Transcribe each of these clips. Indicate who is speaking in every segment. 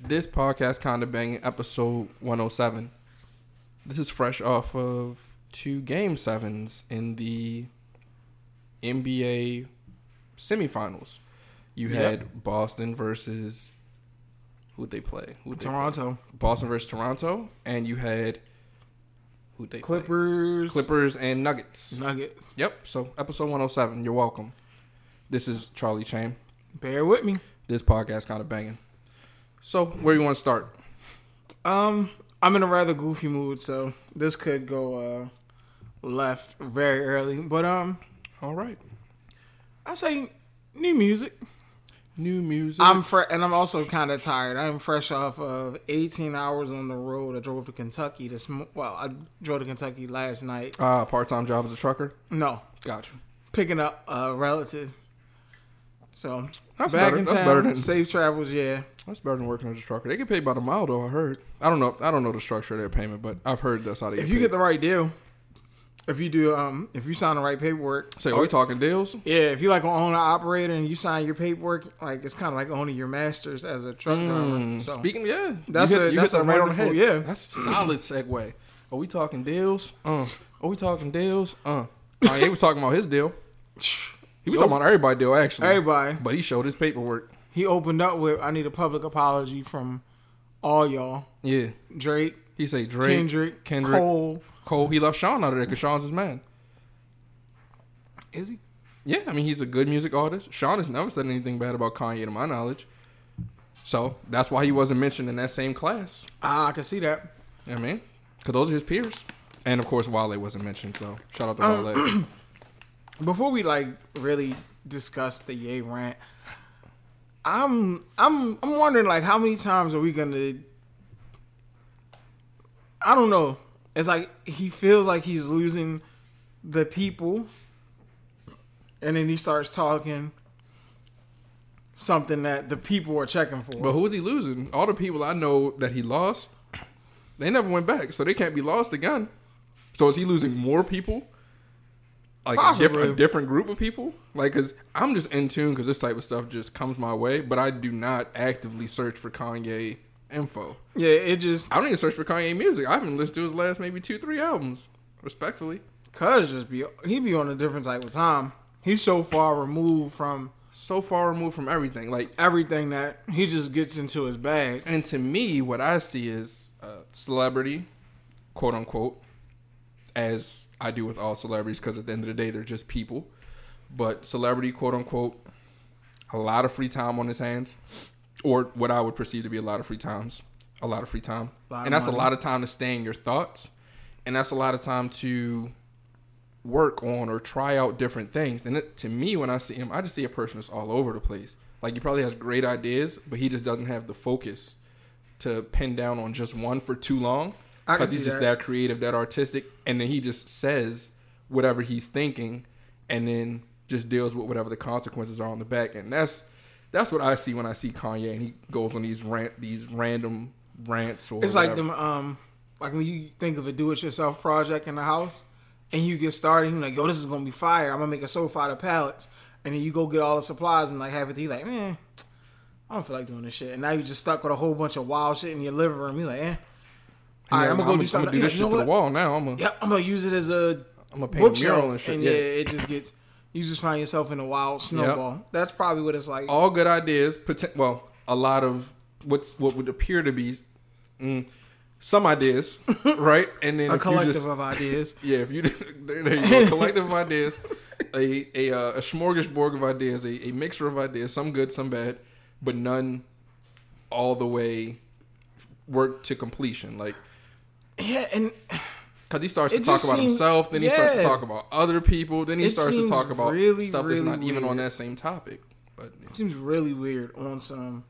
Speaker 1: This podcast kind of banging episode 107. This is fresh off of two game sevens in the NBA semifinals. You
Speaker 2: Yep.
Speaker 1: had Boston versus who'd they play? Who'd they play?
Speaker 2: Toronto
Speaker 1: Boston versus Toronto, and you had who'd they play?
Speaker 2: Clippers,
Speaker 1: Clippers and Nuggets.
Speaker 2: Nuggets.
Speaker 1: Yep. So episode 107. You're welcome. This is Charlie Chain.
Speaker 2: Bear with me.
Speaker 1: This podcast kind of banging. So where you want to start?
Speaker 2: Um, I'm in a rather goofy mood, so this could go uh left very early. But um,
Speaker 1: All right.
Speaker 2: I say new music.
Speaker 1: New music.
Speaker 2: I'm fre- and I'm also kind of tired. I'm fresh off of 18 hours on the road. I drove to Kentucky this. Mo- well, I drove to Kentucky last night.
Speaker 1: uh, part-time job as a trucker.
Speaker 2: No,
Speaker 1: Gotcha.
Speaker 2: picking up a relative. So
Speaker 1: That's
Speaker 2: back
Speaker 1: better.
Speaker 2: in
Speaker 1: That's
Speaker 2: town.
Speaker 1: better than-
Speaker 2: safe travels. Yeah.
Speaker 1: That's better than working as a trucker. They get paid by the mile, though. I heard. I don't know. I don't know the structure of their payment, but I've heard that's how they.
Speaker 2: if you
Speaker 1: paid.
Speaker 2: get the right deal, if you do, um, if you sign the right paperwork,
Speaker 1: say, are we talking deals?
Speaker 2: yeah, if you like an owner operator and you sign your paperwork, like it's kind of like owning your masters as a truck driver.
Speaker 1: Mm,
Speaker 2: So
Speaker 1: Speaking, yeah,
Speaker 2: That's
Speaker 1: you
Speaker 2: a-
Speaker 1: hit- you
Speaker 2: that's
Speaker 1: hit
Speaker 2: a
Speaker 1: that right on the
Speaker 2: wonderful-
Speaker 1: head.
Speaker 2: yeah.
Speaker 1: that's a solid segue. Are we talking deals? Uh, are we talking deals? Uh, Kanye was talking about his deal. He was talking about everybody deal actually,
Speaker 2: everybody,
Speaker 1: but he showed his paperwork.
Speaker 2: he opened up with, "I need a public apology from all y'all."
Speaker 1: Yeah,
Speaker 2: Drake,
Speaker 1: he say Drake,
Speaker 2: Kendrick,
Speaker 1: Kendrick, Cole.
Speaker 2: Cole.
Speaker 1: He left Sean out of there because Sean's his man.
Speaker 2: Is he?
Speaker 1: Yeah, I mean he's a good music artist. Sean has never said anything bad about Kanye to my knowledge, so that's why he wasn't mentioned in that same class.
Speaker 2: Ah, I can see that.
Speaker 1: You know what I mean, because those are his peers, and of course Wale wasn't mentioned. So shout out to Wale.
Speaker 2: Before we like really discuss the Ye rant, I'm I'm I'm wondering like how many times are we gonna? I don't know. It's like he feels like he's losing the people, and then he starts talking something that the people are checking for.
Speaker 1: But who is he losing? All the people I know that he lost, they never went back, so they can't be lost again. So is he losing more people? Like a, diff-
Speaker 2: Possibly.
Speaker 1: a different group of people? Like, because I'm just in tune because this type of stuff just comes my way, but I do not actively search for Kanye info.
Speaker 2: yeah, it just
Speaker 1: I don't even search for Kanye music. I haven't listened to his last maybe two, three albums, respectfully.
Speaker 2: cuz just be he be on a different type of time. He's so far removed from
Speaker 1: So far removed from everything. Like,
Speaker 2: everything that he just gets into his bag.
Speaker 1: And to me, what I see is a celebrity, quote unquote, as I do with all celebrities, because at the end of the day, they're just people. But celebrity, quote unquote, a lot of free time on his hands, or what I would perceive to be a lot of free times, a lot of free time,
Speaker 2: Lot of
Speaker 1: and that's
Speaker 2: money.
Speaker 1: a lot of time to stay in your thoughts, and that's a lot of time to work on or try out different things. And it, to me, when I see him, I just see a person that's all over the place. Like he probably has great ideas, but he just doesn't have the focus to pin down on just one for too long.
Speaker 2: I can
Speaker 1: Because he's
Speaker 2: see
Speaker 1: just
Speaker 2: that.
Speaker 1: that creative, that artistic, and then he just says whatever he's thinking, and then just deals with whatever the consequences are on the back. And that's that's what I see when I see Kanye, and he goes on these rant, these random rants or
Speaker 2: It's like
Speaker 1: whatever.
Speaker 2: them um like when you think of a do it yourself project in the house and you get started, you're like, yo, this is gonna be fire. I'm gonna make a sofa out of pallets. And then you go get all the supplies and like have it you like, man, I don't feel like doing this shit. And now you're just stuck with a whole bunch of wild shit in your living room. You're like, eh. All right, I'm gonna go do something.
Speaker 1: do
Speaker 2: You're
Speaker 1: this
Speaker 2: like, you
Speaker 1: shit
Speaker 2: know
Speaker 1: to the
Speaker 2: what?
Speaker 1: wall now. I'm gonna,
Speaker 2: Yep, I'm gonna use it as a
Speaker 1: I'm gonna paint a
Speaker 2: bookshelf.
Speaker 1: mural
Speaker 2: And,
Speaker 1: and shit.
Speaker 2: yeah,
Speaker 1: yeah.
Speaker 2: it just gets you just find yourself in a wild snowball. That's probably what it's like.
Speaker 1: all good ideas. Poten- well, a lot of what's what would appear to be mm, some ideas, right? And then
Speaker 2: a
Speaker 1: if you
Speaker 2: collective
Speaker 1: just,
Speaker 2: of ideas.
Speaker 1: yeah, if you there, there you go, a collective of ideas, a a, uh, a smorgasbord of ideas, a, a mixture of ideas, some good, some bad, but none all the way worked to completion. Like
Speaker 2: Yeah, and
Speaker 1: Cause he starts to
Speaker 2: It
Speaker 1: talk
Speaker 2: just
Speaker 1: about
Speaker 2: seems-
Speaker 1: himself, then he starts to
Speaker 2: yeah.
Speaker 1: talk about other people, then he
Speaker 2: It
Speaker 1: starts to
Speaker 2: seems
Speaker 1: talk about
Speaker 2: really,
Speaker 1: stuff
Speaker 2: really
Speaker 1: that's not even on
Speaker 2: weird.
Speaker 1: that same topic. But
Speaker 2: it seems really weird on some.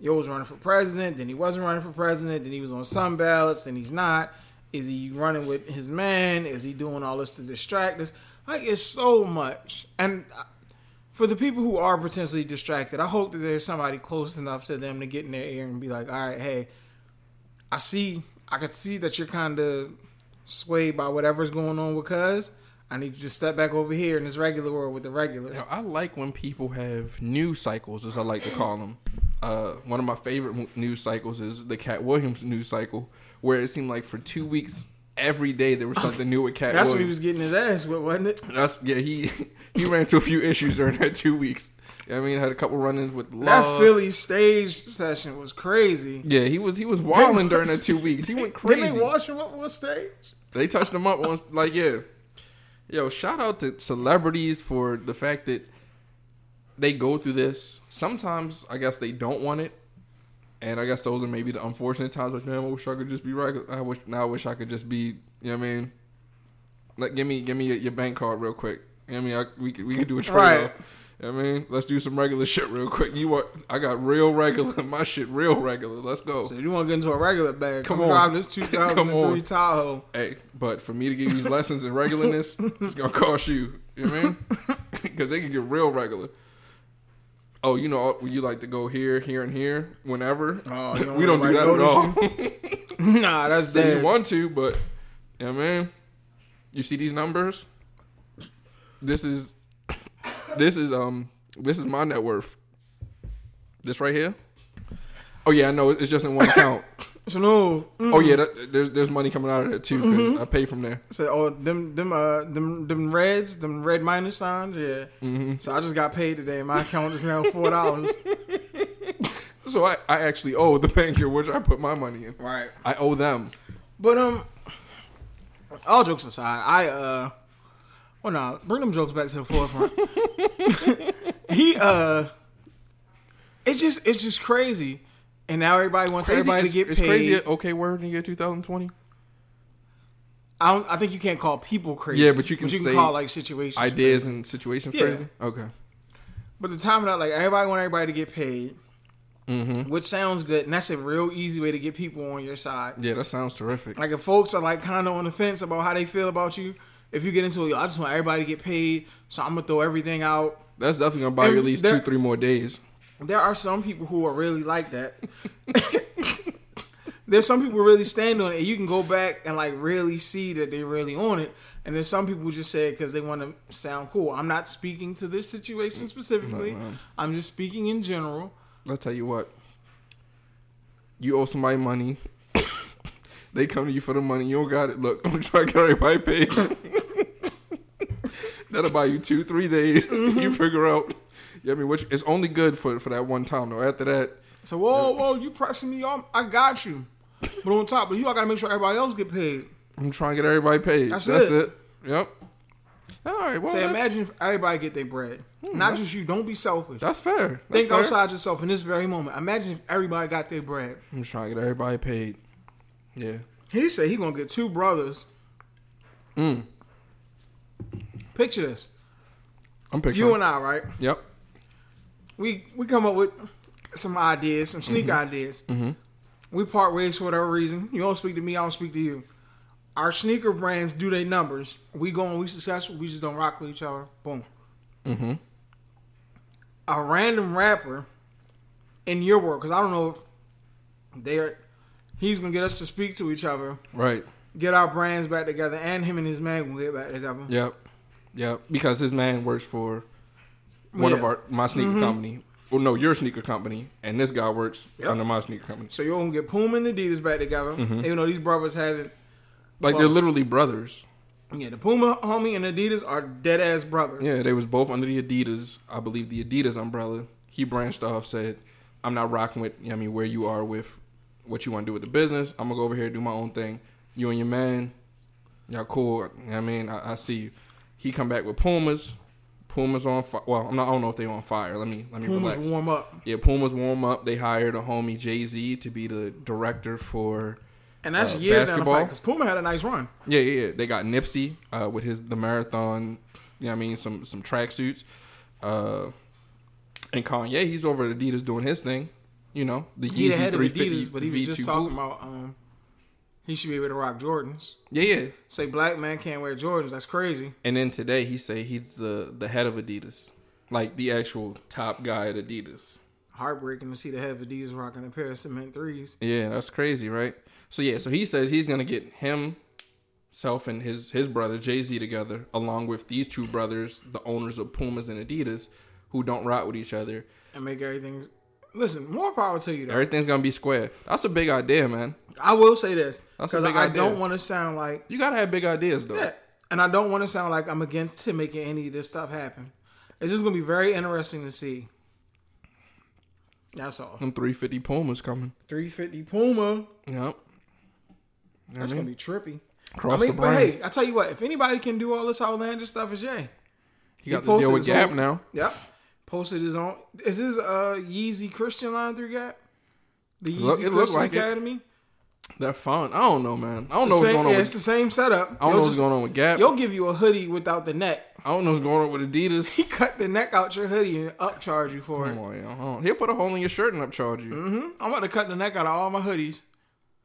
Speaker 2: Yo was running for president, then he wasn't running for president, then he was on some ballots, then he's not. Is he running with his man? Is he doing all this to distract us? Like it's so much, and uh, for the people who are potentially distracted, I hope that there's somebody close enough to them to get in their ear and be like, "All right, hey, I see, I could see that you're kind of swayed by whatever's going on with Cuz. I need you to step back over here in this regular world with the regulars."
Speaker 1: Now, I like when people have news cycles, as I like to call them. uh, one of my favorite mo- news cycles is the Cat Williams news cycle, where it seemed like for two weeks every day there was something new with Cat.
Speaker 2: That's what he
Speaker 1: Williams.
Speaker 2: was getting his ass with, wasn't it?
Speaker 1: That's yeah. He he ran into a few issues during that two weeks. I mean, had a couple run-ins with
Speaker 2: That
Speaker 1: Love.
Speaker 2: Philly stage session was crazy.
Speaker 1: yeah, he was he was wilding during that two weeks. He went crazy.
Speaker 2: Didn't they wash him up on stage?
Speaker 1: They touched him up once. Like, yeah. Yo, shout out to celebrities for the fact that they go through this. Sometimes, I guess they don't want it. And I guess those are maybe the unfortunate times. Like, man, I wish I could just be right. I wish now. I wish I could just be. You know what I mean? Like, give me, give me your, your bank card real quick. You know what I mean? I, we could, we could do a trade.
Speaker 2: Right.
Speaker 1: You know what I mean, let's do some regular shit real quick. You want? I got real regular. My shit real regular. Let's go.
Speaker 2: So you want to get into a regular bag? Come,
Speaker 1: Oh. Come on.
Speaker 2: drive this
Speaker 1: Come
Speaker 2: 2003
Speaker 1: on.
Speaker 2: Tahoe.
Speaker 1: Hey, but for me to give you these lessons in regularness, it's gonna cost you. You know what I mean? Because they can get real regular. Oh, you know, you like to go here, here, and here, whenever.
Speaker 2: Oh, you don't
Speaker 1: we don't do
Speaker 2: want
Speaker 1: that at all.
Speaker 2: nobody nah, that's
Speaker 1: Say you
Speaker 2: dead.
Speaker 1: want to, but you know what I mean, you see these numbers. This is, this is um, this is my net worth. This right here. Oh yeah, I know it's just in one account.
Speaker 2: So no, mm,
Speaker 1: oh yeah, that, there's there's money coming out of that too because I pay from there.
Speaker 2: so, oh them them uh them them reds, them red minus signs. Yeah. So I just got paid today. My account is now four dollars.
Speaker 1: So I, I actually owe the banker, which I put my money in.
Speaker 2: right.
Speaker 1: I owe them.
Speaker 2: But um, all jokes aside, I uh, well, nah, bring them jokes back to the forefront. he uh, it's just it's just crazy, and now everybody wants everybody
Speaker 1: It's-
Speaker 2: to get
Speaker 1: it's
Speaker 2: paid.
Speaker 1: crazy. that Okay, word in the year 2020.
Speaker 2: I don't, I think you can't call people crazy.
Speaker 1: Yeah, but you can say
Speaker 2: call like situations.
Speaker 1: Ideas and situation
Speaker 2: Yeah.
Speaker 1: crazy. Okay.
Speaker 2: But the time of that, like everybody want everybody to get paid.
Speaker 1: Mm-hmm.
Speaker 2: Which sounds good, and that's a real easy way to get people on your side.
Speaker 1: Yeah, that sounds terrific.
Speaker 2: Like if folks are like kind of on the fence about how they feel about you, if you get into it, yo, I just want everybody to get paid, so I'm gonna throw everything out.
Speaker 1: That's definitely gonna buy you at
Speaker 2: And
Speaker 1: least
Speaker 2: there-
Speaker 1: two, three more days.
Speaker 2: There are some people who are really like that. there's some people who really stand on it, and you can go back and like really see that they really on it. And there's some people who just say it because they want to sound cool. I'm not speaking to this situation specifically. I'm just speaking in general.
Speaker 1: I'll tell you what. You owe somebody money. they come to you for the money. You don't got it. Look, I'm trying to get everybody paid. That'll buy you two, three days. you figure out. Yeah, I mean, which is only good for for that one time though. After that,
Speaker 2: So whoa, whoa, you pressing me? I'm, I got you. But on top of you, I gotta make sure everybody else get paid.
Speaker 1: I'm trying to get everybody paid.
Speaker 2: That's
Speaker 1: That's,
Speaker 2: it.
Speaker 1: it. Yep. All right. Well,
Speaker 2: So
Speaker 1: that-
Speaker 2: imagine if everybody get their bread, not just you. Don't be selfish.
Speaker 1: Hmm, that's fair. That's
Speaker 2: Think
Speaker 1: fair.
Speaker 2: outside yourself in this very moment. Imagine if everybody got their bread.
Speaker 1: I'm trying to get everybody paid. Yeah.
Speaker 2: He said he gonna get two brothers.
Speaker 1: Hmm.
Speaker 2: Picture this:
Speaker 1: I'm picturing.
Speaker 2: you and I, right?
Speaker 1: yep.
Speaker 2: We we come up with some ideas, some sneak ideas. We part ways for whatever reason. You don't speak to me. I don't speak to you. Our sneaker brands do their numbers. We go and we successful. We just don't rock with each other. Boom. A random rapper in your world, because I don't know if they're he's gonna get us to speak to each other.
Speaker 1: Right.
Speaker 2: get our brands back together, and him and his man will get back together.
Speaker 1: Yep. Yep. Because his man works for one of
Speaker 2: Yeah. Mm-hmm.
Speaker 1: our my sneaker company. Well, no, your sneaker company, and this guy works under my sneaker company.
Speaker 2: So you're gonna get Puma and Adidas back together, even though these brothers haven't.
Speaker 1: Like they're literally brothers.
Speaker 2: Yeah, the Puma homie and Adidas are dead ass brothers.
Speaker 1: Yeah, they was both under the Adidas. I believe the Adidas umbrella. He branched off, said, "I'm not rocking with. You know what I mean, where you are with what you want to do with the business. I'm gonna go over here and do my own thing. You and your man, y'all cool. You know what I mean, I, I see you. He come back with Pumas. Pumas on fire. Well, I'm not. I don't know if they on fire. Let me let me
Speaker 2: Pumas
Speaker 1: relax.
Speaker 2: warm up,
Speaker 1: yeah, Pumas warm up. They hired a homie Jay Z to be the director for.
Speaker 2: and that's
Speaker 1: Uh,
Speaker 2: years down the
Speaker 1: basketball?
Speaker 2: pipe because Puma had a nice run.
Speaker 1: Yeah, yeah, yeah. They got Nipsey uh, with his the marathon. You know what I mean? Some some tracksuits. Uh, and Kanye, he's over at Adidas doing his thing. You know the
Speaker 2: He
Speaker 1: Yeezy
Speaker 2: the head of
Speaker 1: three fifty
Speaker 2: Adidas,
Speaker 1: V2
Speaker 2: but he was just talking
Speaker 1: boots.
Speaker 2: about um, he should be able to rock Jordans.
Speaker 1: Yeah, yeah.
Speaker 2: Say black man can't wear Jordans. That's crazy.
Speaker 1: And then today he say he's the the head of Adidas, like the actual top guy at Adidas.
Speaker 2: Heartbreaking to see the head of Adidas rocking a pair of cement threes.
Speaker 1: Yeah, that's crazy, right? So yeah, so he says he's gonna get him, self and his his brother Jay Z together, along with these two brothers, the owners of Pumas and Adidas, who don't rot with each other.
Speaker 2: and make everything Listen, more power to you. Though.
Speaker 1: Everything's gonna be square. That's a big idea, man.
Speaker 2: I will say this
Speaker 1: That's a
Speaker 2: because I
Speaker 1: big idea.
Speaker 2: don't want to sound like
Speaker 1: You gotta have big ideas, though.
Speaker 2: that, and I don't want to sound like I'm against him making any of this stuff happen. It's just gonna be very interesting to see. That's all.
Speaker 1: Them 350 Pumas coming.
Speaker 2: 350 Puma.
Speaker 1: Yep.
Speaker 2: That's gonna be trippy.
Speaker 1: Cross
Speaker 2: I
Speaker 1: the
Speaker 2: mean, but
Speaker 1: brand.
Speaker 2: hey, I tell you what, if anybody can do all this outlandish stuff, it's Jay.
Speaker 1: you got to
Speaker 2: posted
Speaker 1: deal with
Speaker 2: his
Speaker 1: Gap
Speaker 2: whole-
Speaker 1: now.
Speaker 2: Yep. Posted his own. Is this uh Yeezy Christian line through Gap? The Yeezy
Speaker 1: Look- it
Speaker 2: Christian
Speaker 1: look like it.
Speaker 2: Academy.
Speaker 1: That font. I don't know, man. I don't know what's
Speaker 2: Same-
Speaker 1: going on
Speaker 2: yeah,
Speaker 1: with.
Speaker 2: it's the same setup.
Speaker 1: I don't know
Speaker 2: They'll
Speaker 1: what's
Speaker 2: just-
Speaker 1: going on with Gap.
Speaker 2: They'll give you a hoodie without the neck.
Speaker 1: I don't know what's going on with Adidas.
Speaker 2: He cut the neck out your hoodie and upcharge you for
Speaker 1: Come
Speaker 2: it.
Speaker 1: on, yo. Hold on. He'll put a hole in your shirt and upcharge you.
Speaker 2: I'm about to cut the neck out of all my hoodies.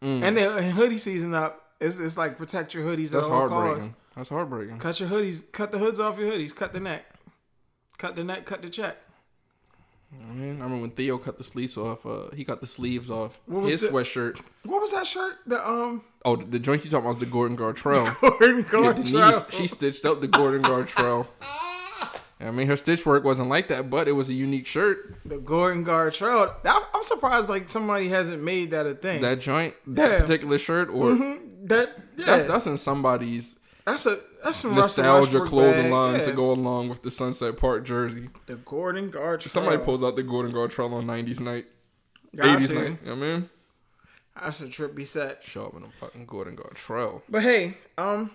Speaker 1: Mm.
Speaker 2: And then and hoodie season up. It's, it's like protect your hoodies
Speaker 1: That's
Speaker 2: at all
Speaker 1: heartbreaking.
Speaker 2: costs.
Speaker 1: That's heartbreaking.
Speaker 2: Cut your hoodies. Cut the hoods off your hoodies. Cut the neck. Cut the neck. Cut the check.
Speaker 1: I mean, I remember when Theo cut the sleeves off. Uh, he cut the sleeves off
Speaker 2: What was
Speaker 1: his
Speaker 2: the-
Speaker 1: sweatshirt.
Speaker 2: What was that shirt? The um
Speaker 1: Oh, the, the joint you talking about is the Gordon Gartrell.
Speaker 2: Gordon
Speaker 1: Yeah,
Speaker 2: Gartrell.
Speaker 1: Denise, she stitched up the Gordon Gartrell. I mean, her stitch work wasn't like that, but it was a unique shirt.
Speaker 2: the Gordon Gartrell. I, I'm surprised like somebody hasn't made that a thing. That,
Speaker 1: That joint, that
Speaker 2: Yeah.
Speaker 1: particular shirt, or
Speaker 2: Mm-hmm. yeah,
Speaker 1: that's
Speaker 2: that's,
Speaker 1: that's in somebody's
Speaker 2: a that's some Russell
Speaker 1: nostalgia
Speaker 2: Westbrook
Speaker 1: clothing
Speaker 2: bag.
Speaker 1: line to
Speaker 2: Yeah.
Speaker 1: go along with the Sunset Park jersey.
Speaker 2: The Gordon Gartrell.
Speaker 1: Somebody pulls out the Gordon Gartrell on '90s night,
Speaker 2: Got
Speaker 1: '80s
Speaker 2: you.
Speaker 1: night. You know what I mean,
Speaker 2: That's a trippy set.
Speaker 1: show up in them fucking Gordon Gartrell.
Speaker 2: But hey, um,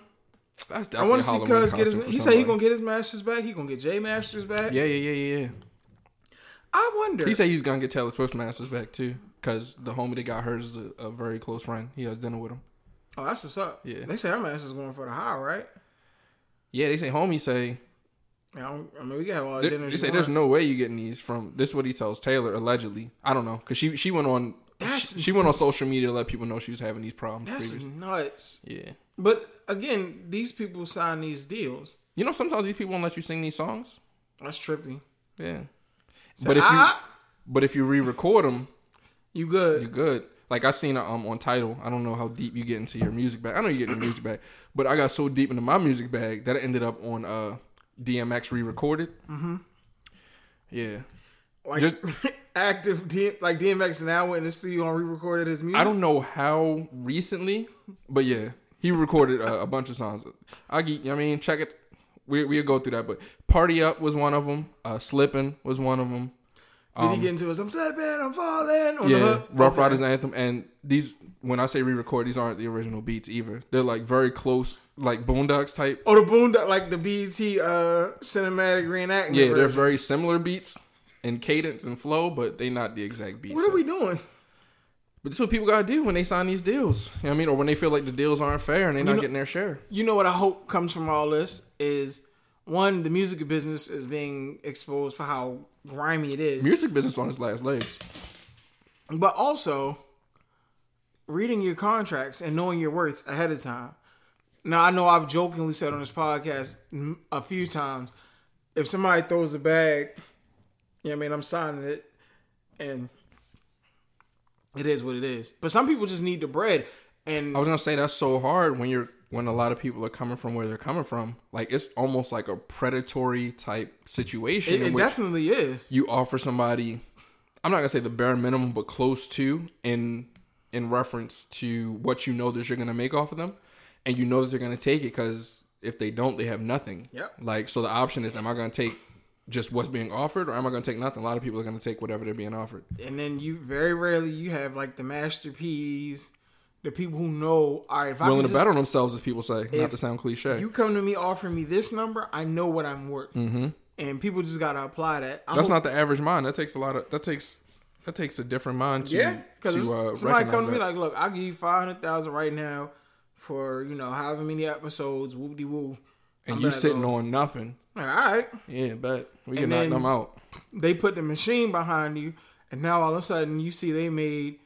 Speaker 1: That's
Speaker 2: I
Speaker 1: definitely.
Speaker 2: want to see
Speaker 1: Halloween
Speaker 2: Cuz get his.
Speaker 1: costume for
Speaker 2: He said he
Speaker 1: somebody.
Speaker 2: gonna get his masters back. He gonna get J masters back.
Speaker 1: Yeah, yeah, yeah, yeah, yeah.
Speaker 2: I wonder.
Speaker 1: He said he's gonna get Taylor Swift's masters back too, because the homie that got hers is a, a very close friend. He has dinner with him.
Speaker 2: oh, that's what's up.
Speaker 1: Yeah.
Speaker 2: They say our masters going for the high, right?
Speaker 1: Yeah, they say homie say
Speaker 2: I, don't, I mean, we can have all the
Speaker 1: There-
Speaker 2: dinners.
Speaker 1: They
Speaker 2: you
Speaker 1: say there's
Speaker 2: want.
Speaker 1: no way you getting these from. This is what he tells Taylor allegedly. I don't know because she she went on
Speaker 2: That's-
Speaker 1: she, she went on social media to let people know she was having these problems.
Speaker 2: That's
Speaker 1: previously.
Speaker 2: nuts.
Speaker 1: Yeah,
Speaker 2: But again, these people sign these deals.
Speaker 1: you know sometimes these people won't let you sing these songs.
Speaker 2: That's trippy.
Speaker 1: Yeah, but if you
Speaker 2: ah,
Speaker 1: but if you re-record them,
Speaker 2: you good.
Speaker 1: you're good. Like I seen um on title. I don't know how deep you get into your music bag. I know you get in your music bag, but I got so deep into my music bag that it ended up on uh DMX re-recorded. Mm-hmm. Yeah,
Speaker 2: like
Speaker 1: Just-
Speaker 2: active D, like DMX now went to see you on re-recorded his music.
Speaker 1: I don't know how recently, but yeah, he recorded a, a bunch of songs. I get, I mean, check it. We we'll go through that, but "Party Up" was one of them. Uh, "Slippin'" was one of them.
Speaker 2: Did he get into his "I'm slipping, I'm falling"? On the
Speaker 1: um, Yeah,
Speaker 2: hook?
Speaker 1: Rough
Speaker 2: Uh-huh. Okay.
Speaker 1: Riders anthem, and these. When I say re-record, these aren't the original beats either. They're like very close, like Boondocks type.
Speaker 2: Oh, the Boondock, like the BET uh, cinematic reenactment.
Speaker 1: Yeah, they're
Speaker 2: version.
Speaker 1: very similar beats in cadence and flow, but they not the exact beats.
Speaker 2: What are we doing?
Speaker 1: But this is what people gotta do when they sign these deals. You know what I mean, or when they feel like the deals aren't fair and they're not
Speaker 2: know-
Speaker 1: getting their share.
Speaker 2: You know what I hope comes from all this is one, the music business is being exposed for how grimy it is,
Speaker 1: Music business on its last legs.
Speaker 2: but also reading your contracts and knowing your worth ahead of time. Now I know I've jokingly said on this podcast mm, a few times, if somebody throws a bag, yeah, I mean I'm signing it, and it is what it is. But some people just need the bread, and
Speaker 1: I was gonna say that's so hard when you're when a lot of people are coming from where they're coming from. Like it's almost like a predatory type situation
Speaker 2: it,
Speaker 1: in
Speaker 2: it
Speaker 1: which
Speaker 2: definitely is.
Speaker 1: you offer somebody. I'm not gonna say the bare minimum, but close to in in reference to what you know that you're gonna make off of them, and you know that they're gonna take it because if they don't, they have nothing.
Speaker 2: Yep.
Speaker 1: Like so, the option is: am I gonna take just what's being offered, or am I gonna take nothing? A lot of people are gonna take whatever they're being offered.
Speaker 2: and then you very rarely you have like the masterpiece, the people who know. All right, if I
Speaker 1: Willing
Speaker 2: was
Speaker 1: to
Speaker 2: just,
Speaker 1: bet on themselves, as people say, not to sound cliche.
Speaker 2: you come to me offering me this number, I know what I'm worth, and people just gotta apply that. I
Speaker 1: Mm-hmm. That's
Speaker 2: hope-
Speaker 1: not the average mind. That takes a lot of. That takes. That takes a different mind to.
Speaker 2: yeah. Because
Speaker 1: To uh,
Speaker 2: somebody
Speaker 1: recognize
Speaker 2: comes to me
Speaker 1: that.
Speaker 2: like, look, I'll give you five hundred thousand right now for you know however many episodes, whoop de woo.
Speaker 1: and you sitting on nothing.
Speaker 2: All right,
Speaker 1: Yeah, but we can knock
Speaker 2: then-
Speaker 1: them out.
Speaker 2: they put the machine behind you, and now all of a sudden you see they made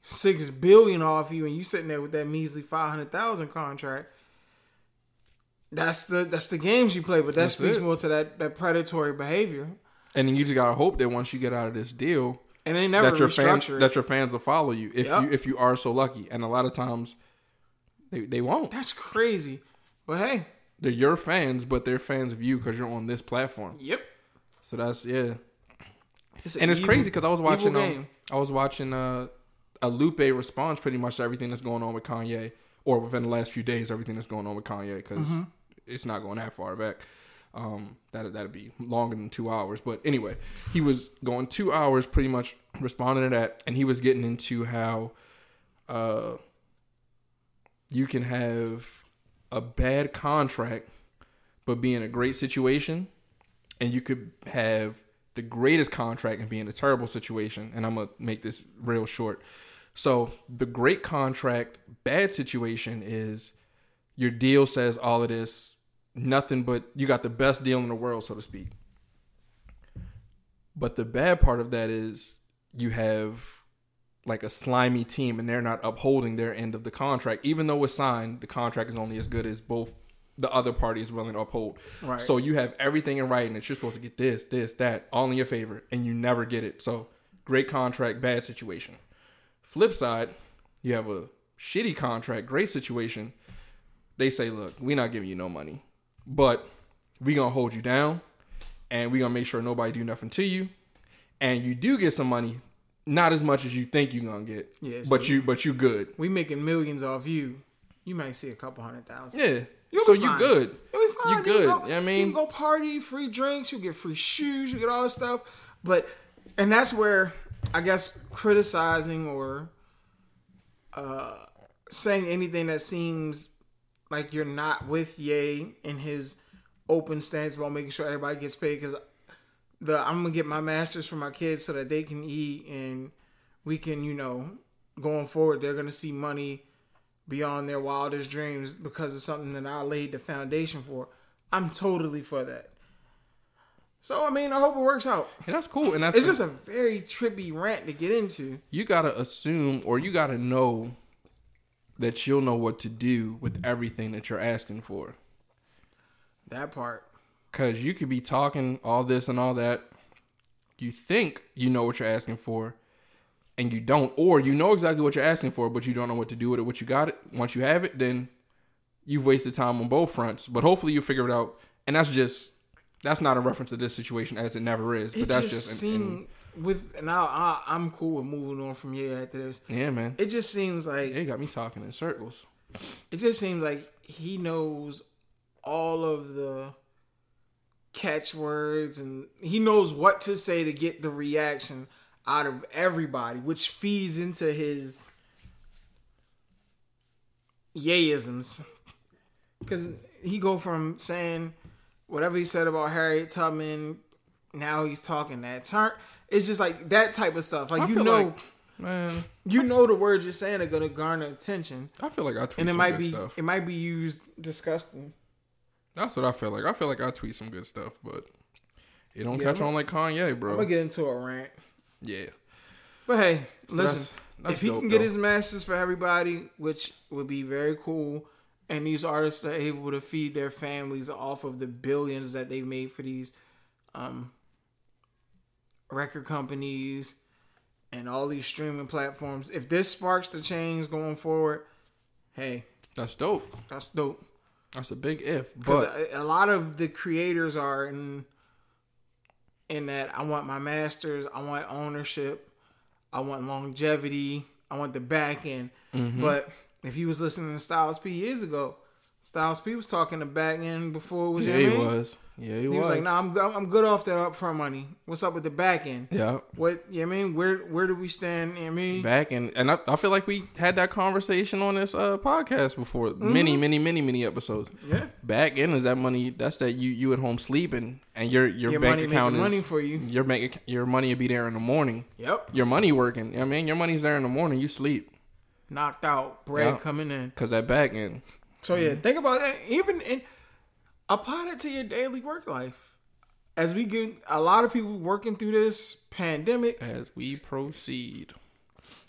Speaker 2: six billion off you, and you sitting there with that measly five hundred thousand contract. That's the that's the games you play, but that speaks
Speaker 1: it.
Speaker 2: more to that that predatory behavior.
Speaker 1: And then you just gotta hope that once you get out of this deal,
Speaker 2: And they never
Speaker 1: that your
Speaker 2: restructure
Speaker 1: fans
Speaker 2: it.
Speaker 1: that your fans will follow you if
Speaker 2: Yep.
Speaker 1: you if you are so lucky. And a lot of times, they they won't.
Speaker 2: that's crazy. But hey,
Speaker 1: They're your fans, but they're fans of you because you're on this platform.
Speaker 2: yep.
Speaker 1: So that's yeah.
Speaker 2: It's an
Speaker 1: and it's
Speaker 2: evil-
Speaker 1: crazy because I was watching
Speaker 2: evil
Speaker 1: um,
Speaker 2: game.
Speaker 1: I was watching uh, a Lupe responds pretty much to everything that's going on with Kanye, or within the last few days, everything that's going on with Kanye because
Speaker 2: Mm-hmm.
Speaker 1: it's not going that far back. Um, that that'd be longer than two hours. But anyway, he was going two hours pretty much responding to that, and he was getting into how uh, you can have a bad contract but be in a great situation and you could have the greatest contract and be in a terrible situation and i'm gonna make this real short so the great contract bad situation is your deal says all of this nothing but you got the best deal in the world so to speak but the bad part of that is you have like a slimy team and they're not upholding their end of the contract. Even though it's signed, the contract is only as good as both the other party is willing to uphold.
Speaker 2: Right.
Speaker 1: So you have everything in writing that you're supposed to get this, this, that, all in your favor, and you never get it. So great contract, bad situation. Flip side, you have a shitty contract, great situation. They say, look, we're not giving you no money, but we gonna hold you down and we're gonna make sure nobody do nothing to you and you do get some money not as much as you think you're gonna get
Speaker 2: Yes.
Speaker 1: but you but you good
Speaker 2: We making millions off you. You might see a couple hundred thousand.
Speaker 1: yeah
Speaker 2: You'll
Speaker 1: so
Speaker 2: be
Speaker 1: you
Speaker 2: fine.
Speaker 1: good
Speaker 2: You'll be fine.
Speaker 1: you good
Speaker 2: can go-
Speaker 1: yeah i
Speaker 2: you
Speaker 1: mean
Speaker 2: can go party, free drinks, you get free shoes, you get all this stuff. But and that's where I guess criticizing or uh, saying anything that seems like you're not with Ye in his open stance about making sure everybody gets paid because the I'm gonna get my masters for my kids so that they can eat and we can you know going forward they're gonna see money beyond their wildest dreams because of something that I laid the foundation for. I'm totally for that. So I mean, I hope it works out.
Speaker 1: and that's cool and that's
Speaker 2: It's just a very trippy rant to get into.
Speaker 1: you gotta assume or you gotta know that you'll know what to do with everything that you're asking for
Speaker 2: That part.
Speaker 1: Cause you could be talking all this and all that. You think you know what you're asking for, and you don't, or you know exactly what you're asking for, but you don't know what to do with it. What you got it once you have it, then you've wasted time on both fronts. But hopefully you figure it out. And that's just that's not a reference to this situation as it never is. But
Speaker 2: It
Speaker 1: that's
Speaker 2: just,
Speaker 1: just an- an-
Speaker 2: seemed with and I, I I'm cool with moving on from here after this.
Speaker 1: yeah, man.
Speaker 2: It just seems like
Speaker 1: It got me talking in circles.
Speaker 2: it just seems like he knows all of the catchwords and he knows what to say to get the reaction out of everybody, which feeds into his yayisms. Cause he go from saying whatever he said about Harriet Tubman, now he's talking that turn. It's just like that type of stuff. Like
Speaker 1: I
Speaker 2: you
Speaker 1: feel
Speaker 2: know,
Speaker 1: like, man.
Speaker 2: you know the words you're saying are gonna garner attention
Speaker 1: I feel like I tweet
Speaker 2: and it
Speaker 1: some
Speaker 2: might
Speaker 1: good
Speaker 2: be
Speaker 1: stuff.
Speaker 2: it might be used disgusting.
Speaker 1: That's what I feel like. I feel like I tweet some good stuff, but it don't
Speaker 2: Yeah,
Speaker 1: catch
Speaker 2: I'm-
Speaker 1: on like Kanye, bro.
Speaker 2: I'm gonna get into a rant,
Speaker 1: yeah.
Speaker 2: but hey,
Speaker 1: So
Speaker 2: listen.
Speaker 1: that's- that's
Speaker 2: if he
Speaker 1: dope,
Speaker 2: can get
Speaker 1: though.
Speaker 2: his masters for everybody, which would be very cool, and these artists are able to feed their families off of the billions that they've made for these um, record companies and all these streaming platforms, if this sparks the change going forward, hey,
Speaker 1: That's dope.
Speaker 2: that's dope.
Speaker 1: That's a big if. But
Speaker 2: because a, a lot of the creators are in in that I want my masters, I want ownership, I want longevity, I want the back end.
Speaker 1: Mm-hmm.
Speaker 2: But if you was listening to Styles P years ago, Styles P was talking the back end before it was
Speaker 1: yeah,
Speaker 2: your
Speaker 1: he
Speaker 2: main.
Speaker 1: was. Yeah, he,
Speaker 2: He was like, "No, I'm go- I'm good off that upfront money. What's up with the back end?
Speaker 1: Yeah.
Speaker 2: What you know what I mean? Where where do we stand? You know what I mean,
Speaker 1: Back and and I, I feel like we had that conversation on this uh podcast before many many many many episodes.
Speaker 2: Mm-hmm. yeah,
Speaker 1: Back end is that money that's that you you at home sleeping and your your,
Speaker 2: your
Speaker 1: bank
Speaker 2: money
Speaker 1: account
Speaker 2: making
Speaker 1: is
Speaker 2: money for you.
Speaker 1: your bank acc- your money will be there in the morning.
Speaker 2: Yep,
Speaker 1: Your money working. I mean, your money's there in the morning. You sleep
Speaker 2: knocked out, bread
Speaker 1: Yeah.
Speaker 2: coming in.
Speaker 1: because that back end.
Speaker 2: So yeah,
Speaker 1: Mm-hmm.
Speaker 2: think about that. Even in apply that to your daily work life. As we get a lot of people working through this pandemic,
Speaker 1: As we proceed,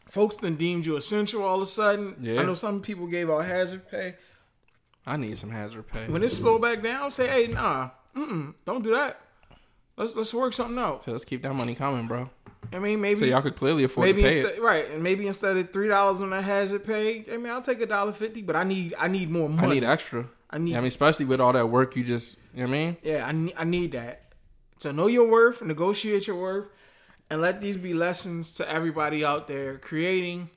Speaker 2: folks then deemed you essential all of a sudden.
Speaker 1: Yeah.
Speaker 2: I know some people gave out hazard pay.
Speaker 1: I need some hazard pay.
Speaker 2: When it's slow back down, say, hey, nah, mm-mm, don't do that. Let's let's work something out.
Speaker 1: so let's keep that money coming, bro.
Speaker 2: I mean, maybe
Speaker 1: So y'all could clearly afford
Speaker 2: maybe
Speaker 1: to pay
Speaker 2: instead,
Speaker 1: it.
Speaker 2: right, and maybe instead of three dollars on that hazard pay, I mean, I'll take a dollar fifty, but I need I need more
Speaker 1: I
Speaker 2: money.
Speaker 1: need extra.
Speaker 2: I need
Speaker 1: I mean, especially with all that work, you just you know what I mean.
Speaker 2: Yeah, I need, I need that. So know your worth, negotiate your worth, and let these be lessons to everybody out there creating.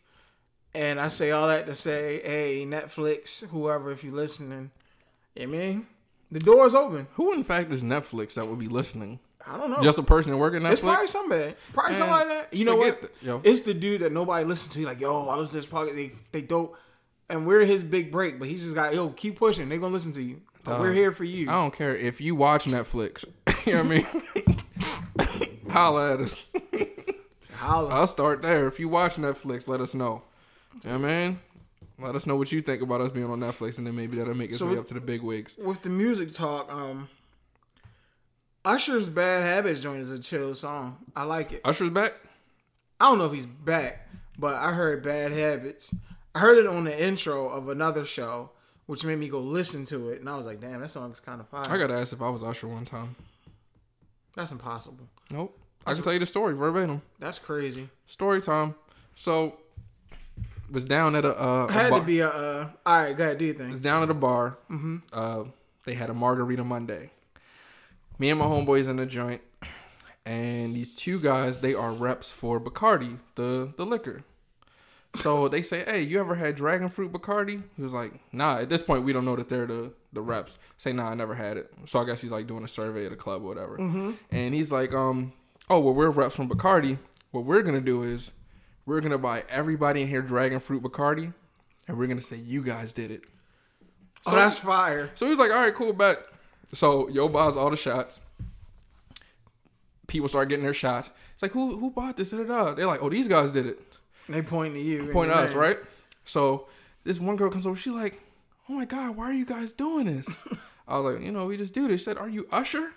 Speaker 2: And I say all that to say, hey, Netflix, whoever, if you're listening, I mean, the door's open.
Speaker 1: Who in fact is Netflix that would be listening?
Speaker 2: I don't know.
Speaker 1: Just a person that work at Netflix.
Speaker 2: Oh. it's probably somebody. Probably
Speaker 1: Man,
Speaker 2: somebody that you know what?
Speaker 1: forget that, yo.
Speaker 2: It's the dude that nobody listens to. Like, yo, I listen to this podcast. They they dope. And we're his big break, but he's just got, yo, keep pushing. They're gonna listen to you. But we're here for you.
Speaker 1: I don't care if you watch Netflix. you know what I mean? Holla at us.
Speaker 2: Holla.
Speaker 1: I'll start there. If you watch Netflix, let us know. You know what I mean? Let us know what you think about us being on Netflix, and then maybe that'll make its
Speaker 2: So
Speaker 1: way
Speaker 2: we-
Speaker 1: up to the big wigs.
Speaker 2: with the music talk, um Usher's Bad Habits joint is a chill song. I like it.
Speaker 1: Usher's back.
Speaker 2: I don't know if he's back, but I heard Bad Habits. I heard it on the intro of another show, which made me go listen to it, and I was like, "Damn, that song's kind of fire."
Speaker 1: I got to ask if I was Usher one time.
Speaker 2: That's impossible.
Speaker 1: Nope. I can tell you the story verbatim.
Speaker 2: That's crazy.
Speaker 1: Story time. So was down at a uh, a
Speaker 2: Had
Speaker 1: bar.
Speaker 2: to be a. Uh, all right, go ahead, do your thing.
Speaker 1: was down at a bar. Mm-hmm. Uh, they had a margarita Monday. Me and my homeboys in the joint, and these two guys, they are reps for Bacardi, the the liquor. So they say, "Hey, you ever had dragon fruit Bacardi?" He was like, "Nah." At this point, we don't know that they're the the reps. Say, "Nah, I never had it." So I guess he's like doing a survey at a club or whatever. And he's like, "Um, oh well, we're reps from Bacardi. What we're gonna do is, we're gonna buy everybody in here dragon fruit Bacardi, and we're gonna say you guys did it."
Speaker 2: Oh, that's fire.
Speaker 1: So he was like, all right, cool, bet. So Yo buys all the shots. People start getting their shots. It's like, who who bought this? Da-da-da. They're like, oh, these guys did it.
Speaker 2: They point to you.
Speaker 1: Point
Speaker 2: and
Speaker 1: us,
Speaker 2: they-
Speaker 1: right? So this one girl comes over. She's like, oh my God, why are you guys doing this? I was like, you know, we just do this. She said, are you Usher?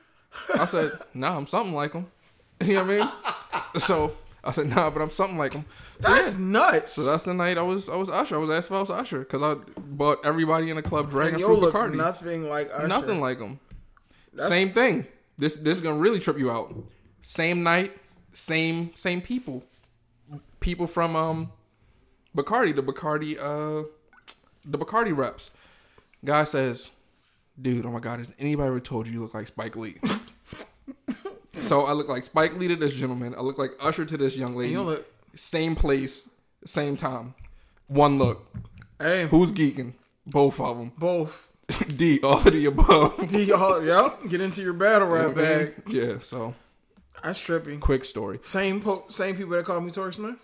Speaker 1: I said, nah, I'm something like him. You know what I mean? So I said, nah, but I'm something like him. So, yeah.
Speaker 2: That's nuts.
Speaker 1: So that's the night I was I was Usher. I was asked if I was Usher because I bought everybody in the club dragon
Speaker 2: and yo
Speaker 1: fruit
Speaker 2: looks
Speaker 1: Bacardi.
Speaker 2: nothing like Usher.
Speaker 1: Nothing like him.
Speaker 2: That's-
Speaker 1: same thing. This this is gonna really trip you out. Same night, same same people. People from um Bacardi, the Bacardi uh the Bacardi reps. Guy says, Dude, oh my god, has anybody ever told you you look like Spike Lee? so I look like Spike Lee to this gentleman, I look like Usher to this young lady.
Speaker 2: You don't look-
Speaker 1: same place, same time. One look.
Speaker 2: Hey,
Speaker 1: Who's geeking? Both of them.
Speaker 2: both.
Speaker 1: D, all of the above.
Speaker 2: Do y'all, yep, get into your battle rap bag.
Speaker 1: Yeah, so
Speaker 2: That's trippy.
Speaker 1: quick story.
Speaker 2: Same po- same people that called me Tory Smith.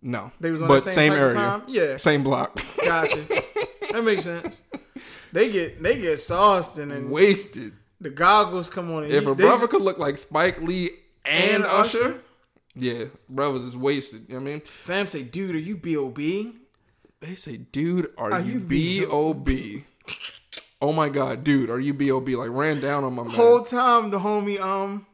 Speaker 1: No.
Speaker 2: They was on
Speaker 1: but
Speaker 2: the same,
Speaker 1: same
Speaker 2: type
Speaker 1: area.
Speaker 2: of time. Yeah,
Speaker 1: Same block.
Speaker 2: gotcha. that makes sense. They get they get sauced and then
Speaker 1: Wasted.
Speaker 2: the goggles come on. And
Speaker 1: If
Speaker 2: you-
Speaker 1: a
Speaker 2: they
Speaker 1: brother
Speaker 2: just-
Speaker 1: could look like Spike Lee and,
Speaker 2: And
Speaker 1: Usher,
Speaker 2: Usher?
Speaker 1: yeah, brothers is wasted. You know what I mean?
Speaker 2: fam say, "Dude, are you B.O.B.?"
Speaker 1: They say, dude, are,
Speaker 2: Are
Speaker 1: you
Speaker 2: you
Speaker 1: B.O.B.? oh my God, dude, are you B.O.B.? Like, ran down on my man.
Speaker 2: Whole time the homie um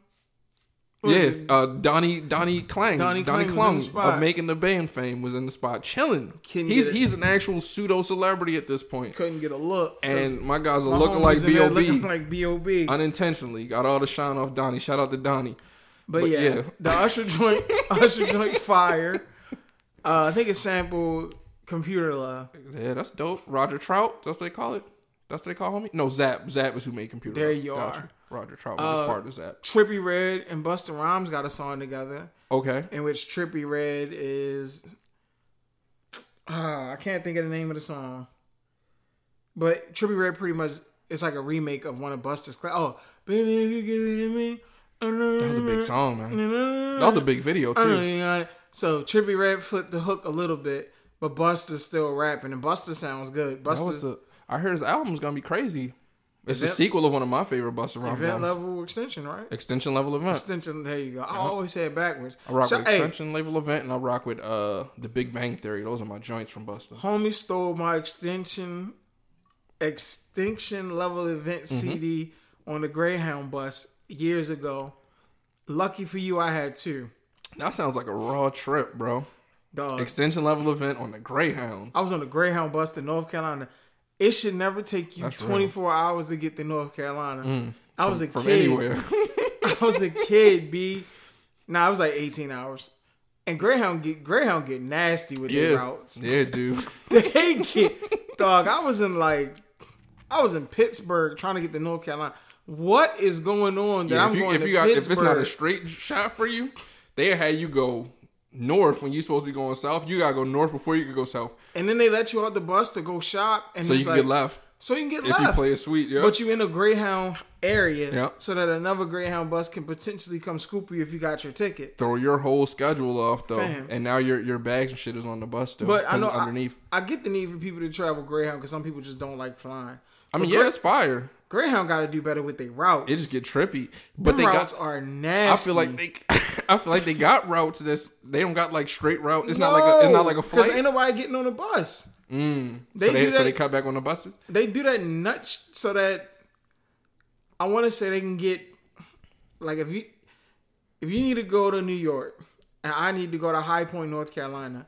Speaker 2: was
Speaker 1: yeah,
Speaker 2: it?
Speaker 1: uh, Donnie Donnie Klang, Donnie,
Speaker 2: Donnie Klang was in
Speaker 1: Klang
Speaker 2: the spot.
Speaker 1: of making the band fame was in the spot chilling.
Speaker 2: Couldn't
Speaker 1: He's
Speaker 2: get it.
Speaker 1: he's an actual pseudo celebrity at this point,
Speaker 2: couldn't get a look. 'cause
Speaker 1: and my guys are
Speaker 2: my
Speaker 1: looking
Speaker 2: homie
Speaker 1: like
Speaker 2: was in there
Speaker 1: B.O.B.
Speaker 2: Looking like B.O.B.
Speaker 1: Uh, unintentionally. Got all the shine off Donnie. Shout out to Donnie.
Speaker 2: But,
Speaker 1: But
Speaker 2: yeah,
Speaker 1: yeah.
Speaker 2: the Usher joint, Usher joint fire. Uh, I think it sampled Computer Love.
Speaker 1: Yeah, that's dope. Roger Trout. That's what they call it. That's what they call homie. No, Zap. Zap is who made computer.
Speaker 2: There
Speaker 1: Love.
Speaker 2: you are. Uh,
Speaker 1: Roger Trout was part of Zap.
Speaker 2: Trippy Red and Busta Rhymes got a song together
Speaker 1: Okay.
Speaker 2: in which Trippy Red is. Ah, I can't think of the name of the song. But Trippy Red pretty much it's like a remake of one of Busta's. Cla- oh, baby, if you give it to me.
Speaker 1: That was a big song, man. That
Speaker 2: That
Speaker 1: was a big video
Speaker 2: mm, I
Speaker 1: too.
Speaker 2: don't know, you know, Oh, So Trippy Red flipped the hook a little bit, but Buster's still rapping, and Buster sounds good.
Speaker 1: That was
Speaker 2: Buster's
Speaker 1: a. I heard his album's gonna be crazy. It's a
Speaker 2: Event-
Speaker 1: sequel of one of my favorite Busta Rhymes albums.
Speaker 2: event level extension, right?
Speaker 1: Extension level event.
Speaker 2: Extension. There you go. I always say it backwards.
Speaker 1: I rock
Speaker 2: So,
Speaker 1: with
Speaker 2: hey,
Speaker 1: extension level event, and I rock with uh the Big Bang Theory. Those are my joints from Busta.
Speaker 2: homie stole my extension, extinction level event
Speaker 1: Mm-hmm.
Speaker 2: CD on the Greyhound bus years ago. Lucky for you, I had two.
Speaker 1: That sounds like a raw trip, bro.
Speaker 2: Dog,
Speaker 1: Extension level event on the Greyhound.
Speaker 2: I was on the Greyhound bus to North Carolina. It should never take you
Speaker 1: That's real. Mm.
Speaker 2: 24 hours to get to North Carolina. I was a
Speaker 1: From
Speaker 2: kid.
Speaker 1: anywhere.
Speaker 2: I was a kid, B. Nah, I was like 18 hours. And Greyhound get Greyhound get nasty with their
Speaker 1: yeah.
Speaker 2: routes.
Speaker 1: Yeah, dude.
Speaker 2: They get dog. I was in like I was in Pittsburgh trying to get to North Carolina. What is going on that
Speaker 1: Yeah,
Speaker 2: I'm
Speaker 1: if you,
Speaker 2: going
Speaker 1: if
Speaker 2: to
Speaker 1: you got, if
Speaker 2: Pittsburgh?
Speaker 1: it's not a straight shot for you, They had you go north when you supposed to be going south. You gotta go north before you can go south,
Speaker 2: And then they let you out the bus to go shop, and
Speaker 1: so you
Speaker 2: it's
Speaker 1: can
Speaker 2: like,
Speaker 1: get left
Speaker 2: so you can get
Speaker 1: if
Speaker 2: left.
Speaker 1: you play a suite. Yeah,
Speaker 2: But you in a Greyhound area,
Speaker 1: Yeah.
Speaker 2: so that another Greyhound bus can potentially come scoop you if you got your ticket.
Speaker 1: throw your whole schedule off though,
Speaker 2: Fam.
Speaker 1: and now your your bags and shit is on the bus though.
Speaker 2: But I
Speaker 1: 'cause
Speaker 2: know
Speaker 1: it's
Speaker 2: I-
Speaker 1: underneath.
Speaker 2: I, get the need for people to travel Greyhound because some people just don't like flying.
Speaker 1: I, mean,
Speaker 2: But
Speaker 1: yeah, it's fire.
Speaker 2: Greyhound got to do better with their routes.
Speaker 1: It just get trippy,
Speaker 2: Them
Speaker 1: but they
Speaker 2: routes
Speaker 1: got.
Speaker 2: are
Speaker 1: I
Speaker 2: nasty.
Speaker 1: feel like they, I feel like they got routes. That's they don't got like straight route. It's not like a, it's not like a
Speaker 2: because
Speaker 1: flight. Mm.
Speaker 2: ain't nobody getting on a bus. They
Speaker 1: so,
Speaker 2: do
Speaker 1: they,
Speaker 2: that-
Speaker 1: so they cut back on the buses.
Speaker 2: They do that nuts so that I want to say they can get like if you if you need to go to New York and I need to go to High Point, North Carolina,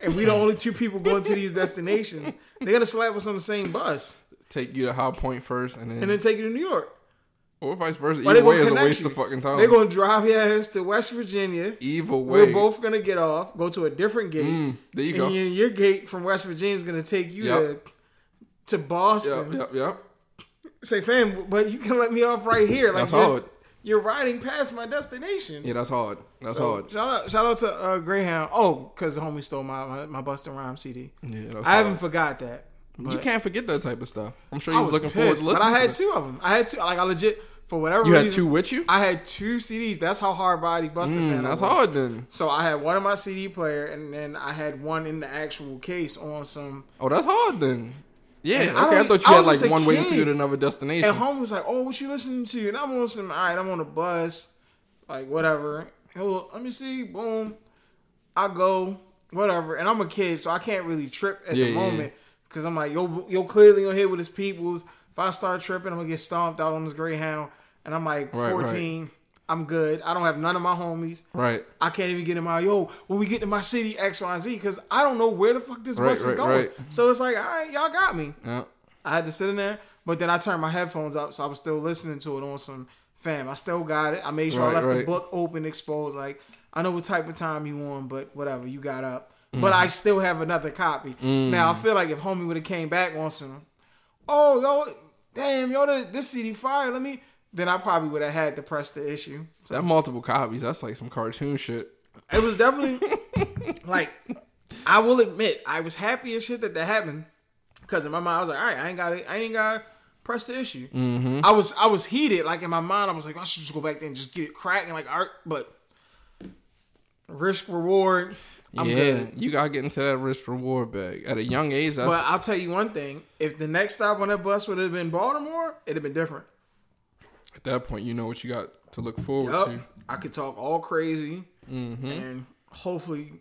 Speaker 2: and we the only two people going to these destinations, they gotta slap us on the same bus
Speaker 1: Take you to High Point first, and then,
Speaker 2: and then take you to New York.
Speaker 1: or vice versa.
Speaker 2: Or they
Speaker 1: Either way
Speaker 2: gonna
Speaker 1: is a
Speaker 2: connect
Speaker 1: waste
Speaker 2: you.
Speaker 1: of fucking time.
Speaker 2: They gonna drive your ass to West Virginia.
Speaker 1: Either way,
Speaker 2: We're both gonna get off, go to a different gate,
Speaker 1: Mm, there you go.
Speaker 2: and your, your gate from West Virginia is gonna take you
Speaker 1: Yep.
Speaker 2: to to Boston.
Speaker 1: Yep, yep, yep.
Speaker 2: say, fam, but you can let me off right here. Like
Speaker 1: That's
Speaker 2: you're,
Speaker 1: hard.
Speaker 2: you're riding past my destination.
Speaker 1: Yeah, that's hard. That's
Speaker 2: So,
Speaker 1: hard.
Speaker 2: shout out, shout out to uh, Greyhound. Oh, because the homie stole my my, my Busta Rhyme CD.
Speaker 1: Yeah, that's
Speaker 2: I
Speaker 1: hard.
Speaker 2: haven't forgot that. But
Speaker 1: You can't forget that type of stuff. I'm sure
Speaker 2: I
Speaker 1: you
Speaker 2: was
Speaker 1: was looking
Speaker 2: pissed,
Speaker 1: forward to
Speaker 2: but
Speaker 1: listening.
Speaker 2: I
Speaker 1: to
Speaker 2: had
Speaker 1: it.
Speaker 2: two of them. I had two. Like I legit for whatever
Speaker 1: You had
Speaker 2: reason,
Speaker 1: two with you.
Speaker 2: I had two CDs. That's how hard body Busta fan.
Speaker 1: Mm,
Speaker 2: I
Speaker 1: that's
Speaker 2: was.
Speaker 1: hard then.
Speaker 2: So I had one in my CD player, and then I had one in the actual case on some.
Speaker 1: Oh, that's hard then. Yeah.
Speaker 2: And I
Speaker 1: okay, I,
Speaker 2: don't-
Speaker 1: thought you
Speaker 2: I
Speaker 1: had
Speaker 2: was
Speaker 1: like
Speaker 2: just a
Speaker 1: one waiting for
Speaker 2: kid.
Speaker 1: you to another destination.
Speaker 2: And homie was like, "Oh, what you listening to?" And I'm on some. All right, I'm on a bus, like whatever. He'll let me see. Boom, I go whatever. And I'm a kid, so I can't really trip at
Speaker 1: Yeah,
Speaker 2: the
Speaker 1: yeah,
Speaker 2: moment because I'm like, "Yo, yo, clearly on here with his peoples." If I start tripping, I'm gonna get stomped out on this Greyhound. And I'm like,
Speaker 1: Right, right.
Speaker 2: 14. I'm good. I don't have none of my homies.
Speaker 1: right.
Speaker 2: I can't even get in my yo when we get to my city X Y and Z because I don't know where the fuck this
Speaker 1: Right,
Speaker 2: bus is
Speaker 1: right,
Speaker 2: going.
Speaker 1: right.
Speaker 2: So it's like, all right, y'all got me.
Speaker 1: Yeah.
Speaker 2: I had to sit in there, but then I turned my headphones up, so I was still listening to it on some fam. I still got it. I made sure I
Speaker 1: Right,
Speaker 2: left the
Speaker 1: right.
Speaker 2: book open, exposed. Like I know what type of time you on, but whatever. You got up, but
Speaker 1: Mm-hmm.
Speaker 2: I still have another copy.
Speaker 1: Mm.
Speaker 2: Now I feel like if homie would have came back on some, oh yo, damn yo, the- this CD fire. Let me. Then I probably would have had to press the issue.
Speaker 1: That multiple copies. That's like some cartoon shit.
Speaker 2: It was definitely like I will admit I was happy as shit that that happened because in my mind I was like, all right, I ain't got I ain't got to press the issue. I was I was heated like in my mind I was like I should just go back there and just get it cracking like art, but risk reward. I'm
Speaker 1: yeah,
Speaker 2: good.
Speaker 1: you gotta get into that risk reward bag at a young age. That's
Speaker 2: But I'll tell you one thing: if the next stop on that bus would have been Baltimore, it'd have been different.
Speaker 1: at that point you know what you got to look forward
Speaker 2: Yup.
Speaker 1: to.
Speaker 2: I could talk all crazy, and hopefully,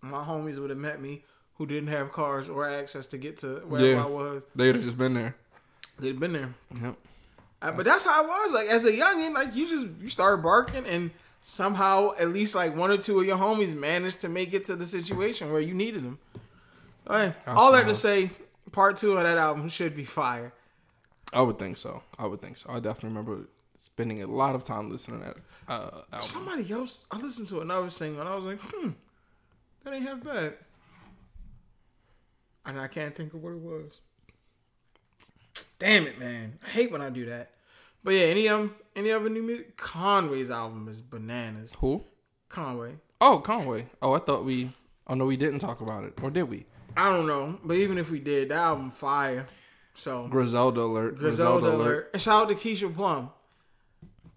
Speaker 2: my homies would have met me who didn't have cars or access to get to wherever
Speaker 1: Yeah.
Speaker 2: I was.
Speaker 1: They'd have just been there.
Speaker 2: They'd been there,
Speaker 1: Yep.
Speaker 2: Uh, but that's how I was. Like as a youngin, like you just you start barking, and somehow at least like one or two of your homies managed to make it to the situation where you needed them. Like, all that to say, part two of that album should be fire.
Speaker 1: I would think so. I would think so. I definitely remember spending a lot of time listening to that uh, album.
Speaker 2: Somebody else, I listened to another single, and I was like, hmm, that ain't half bad. And I can't think of what it was. Damn it, man! I hate when I do that. But yeah, any um, any other new music? Conway's album is bananas.
Speaker 1: Who?
Speaker 2: Conway.
Speaker 1: Oh, Conway. Oh, I thought we. Oh no, we didn't talk about it, or did we?
Speaker 2: I don't know, but even if we did, that album fire. So
Speaker 1: Griselda alert.
Speaker 2: Griselda alert. And shout out to Keisha Plum.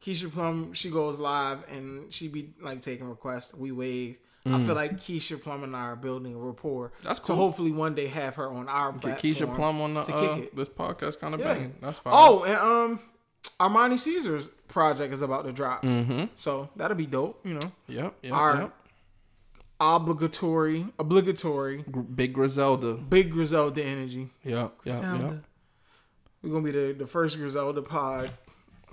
Speaker 2: Keisha Plum, she goes live and she be like taking requests. We wave. I feel like Keisha Plum and I are building a rapport.
Speaker 1: Mm. That's
Speaker 2: So
Speaker 1: cool.
Speaker 2: hopefully one day have her on our
Speaker 1: Get
Speaker 2: platform.
Speaker 1: Keisha Plum uh, on the
Speaker 2: to
Speaker 1: uh,
Speaker 2: kick it.
Speaker 1: this podcast kind of
Speaker 2: Yeah.
Speaker 1: banging. That's fine.
Speaker 2: Oh, and um, Armani Caesar's project is about to drop.
Speaker 1: Mm-hmm.
Speaker 2: So that'll be dope. You know,
Speaker 1: yep, yep,
Speaker 2: our
Speaker 1: yep.
Speaker 2: obligatory, obligatory
Speaker 1: Gr- Big Griselda.
Speaker 2: big Griselda energy.
Speaker 1: Yep, yep,
Speaker 2: Griselda.
Speaker 1: yep.
Speaker 2: We're gonna be the, the first Griselda pod.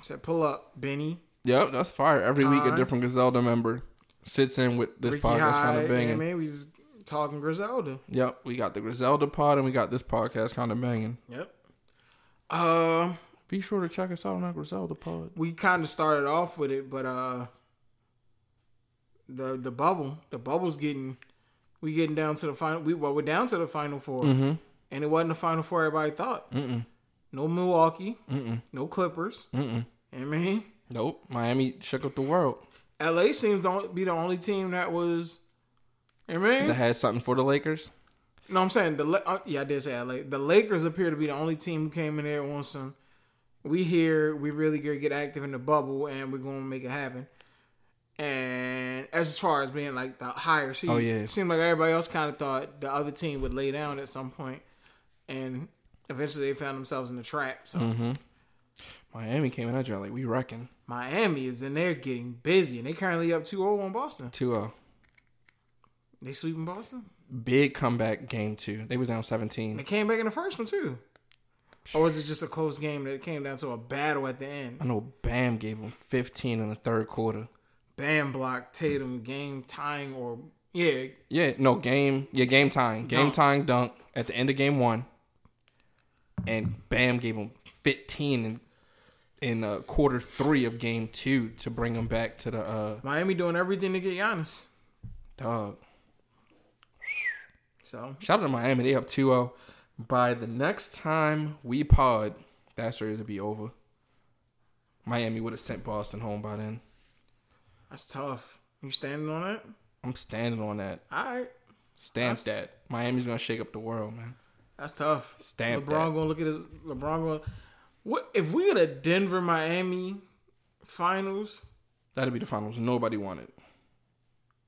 Speaker 2: Said pull up, Benny,
Speaker 1: Yep, that's fire. Every week
Speaker 2: Con.
Speaker 1: a different Griselda member sits in with this
Speaker 2: Ricky
Speaker 1: podcast
Speaker 2: Hyde.
Speaker 1: kind of banging.
Speaker 2: Yeah, man, we just talking Griselda.
Speaker 1: Yep, we got the Griselda pod and we got this podcast kind of banging.
Speaker 2: Yep. Uh,
Speaker 1: Be sure to check us out on our Griselda pod.
Speaker 2: we kind of started off with it, but uh, the the bubble, the bubble's getting, we getting down to the final. We well, we're down to the final 4 and it wasn't the final four everybody thought. No Milwaukee, no Clippers. I mean,
Speaker 1: Nope, Miami shook up the world.
Speaker 2: LA seems to be the only team that was. I mean,
Speaker 1: That had something for the Lakers.
Speaker 2: no, I'm saying the La- uh, yeah, I did say LA. The Lakers appear to be the only team who came in there on some. We here, we really gonna get active in the bubble, and we're gonna make it happen. And as far as being like the higher seed,
Speaker 1: Oh, yeah.
Speaker 2: it seemed like everybody else kind of thought the other team would lay down at some point, and eventually they found themselves in a trap. So
Speaker 1: Mm. Miami came in that joint like we reckon
Speaker 2: Miami is in there getting busy, and they currently up 2-0 on Boston.
Speaker 1: 2-0.
Speaker 2: They sweeping Boston.
Speaker 1: Big comeback game two. They was down
Speaker 2: They
Speaker 1: 17.
Speaker 2: came back in the first one too. Or was it just a close game that came down to a battle at the end?
Speaker 1: I know Bam gave them 15 in the third quarter.
Speaker 2: Bam block, Tatum game tying or yeah,
Speaker 1: Yeah, no game. Yeah, game time. Game
Speaker 2: Dunk.
Speaker 1: time dunk at the end of game one, and Bam gave him 15 in in uh, quarter three of game two to bring him back to the uh,
Speaker 2: Miami doing everything to get Giannis.
Speaker 1: dog.
Speaker 2: So
Speaker 1: Shout out to Miami. They up 2-0. By the next time we pod, that series will be over. Miami would have sent Boston home by then.
Speaker 2: that's tough. You standing on that?
Speaker 1: I'm standing on that.
Speaker 2: All right,
Speaker 1: Stamp that. Miami's gonna shake up the world, man.
Speaker 2: that's tough.
Speaker 1: Stamp
Speaker 2: LeBron
Speaker 1: that.
Speaker 2: gonna look at his LeBron going. What if we get a Denver Miami finals
Speaker 1: That'll be the finals. Nobody wanted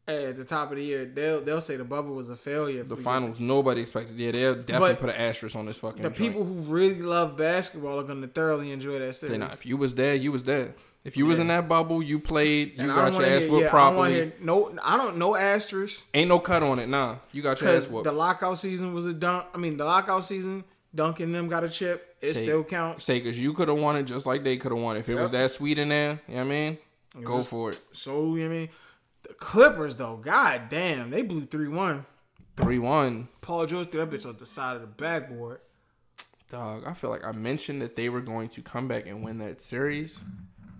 Speaker 2: at the top of the year? They'll they'll say the bubble was a failure. if
Speaker 1: the
Speaker 2: we get
Speaker 1: finals. Nobody expected. Yeah, they'll definitely
Speaker 2: But
Speaker 1: put an asterisk on this fucking.
Speaker 2: the
Speaker 1: joint.
Speaker 2: people who really love basketball are going to thoroughly enjoy that
Speaker 1: They
Speaker 2: series.
Speaker 1: not. If you was there, you was there. If you was in that bubble, you played. You
Speaker 2: And I
Speaker 1: got
Speaker 2: don't
Speaker 1: your
Speaker 2: want to
Speaker 1: ass
Speaker 2: hear,
Speaker 1: whooped
Speaker 2: yeah, I don't wanna
Speaker 1: properly.
Speaker 2: hear no, I don't no asterisk
Speaker 1: Ain't no cut on it. Nah, you got your ass
Speaker 2: because
Speaker 1: whooped.
Speaker 2: the lockout season was a dunk. I mean, the lockout season, Duncan and them got a chip. It
Speaker 1: Say-
Speaker 2: still counts.
Speaker 1: Say, cause you could have won it just like they could have won. If it was that sweet in there, you know what I mean? Go
Speaker 2: was-
Speaker 1: for it.
Speaker 2: So you know what I mean, the Clippers though, god damn, they blew three one.
Speaker 1: Three one.
Speaker 2: Paul George threw that bitch off the side of the backboard.
Speaker 1: Dog, I feel like I mentioned that they were going to come back and win that series,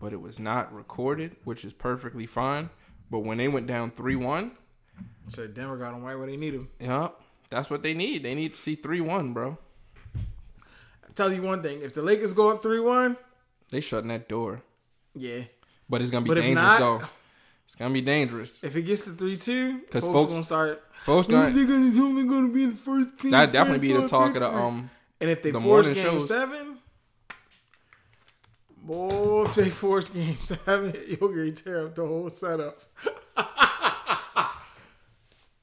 Speaker 1: but it was not recorded, which is perfectly fine. But when they went down three one,
Speaker 2: So Denver got them right where they need them.
Speaker 1: yeah, that's what they need. They need to see three one, bro.
Speaker 2: tell you one thing: if the Lakers go up three one,
Speaker 1: They shutting that door.
Speaker 2: yeah.
Speaker 1: But it's gonna be
Speaker 2: But if
Speaker 1: dangerous
Speaker 2: not-
Speaker 1: though. It's gonna be dangerous.
Speaker 2: If it gets to three two, folks,
Speaker 1: 'Cause folks-
Speaker 2: gonna start.
Speaker 1: Folks gonna
Speaker 2: They're gonna, they're gonna be in the first team.
Speaker 1: that definitely be the
Speaker 2: first,
Speaker 1: talk
Speaker 2: first,
Speaker 1: of the
Speaker 2: first.
Speaker 1: um
Speaker 2: And if they
Speaker 1: the
Speaker 2: force
Speaker 1: morning
Speaker 2: game
Speaker 1: shows.
Speaker 2: seven, boy, if they force game seven, you'll get tear up the whole setup.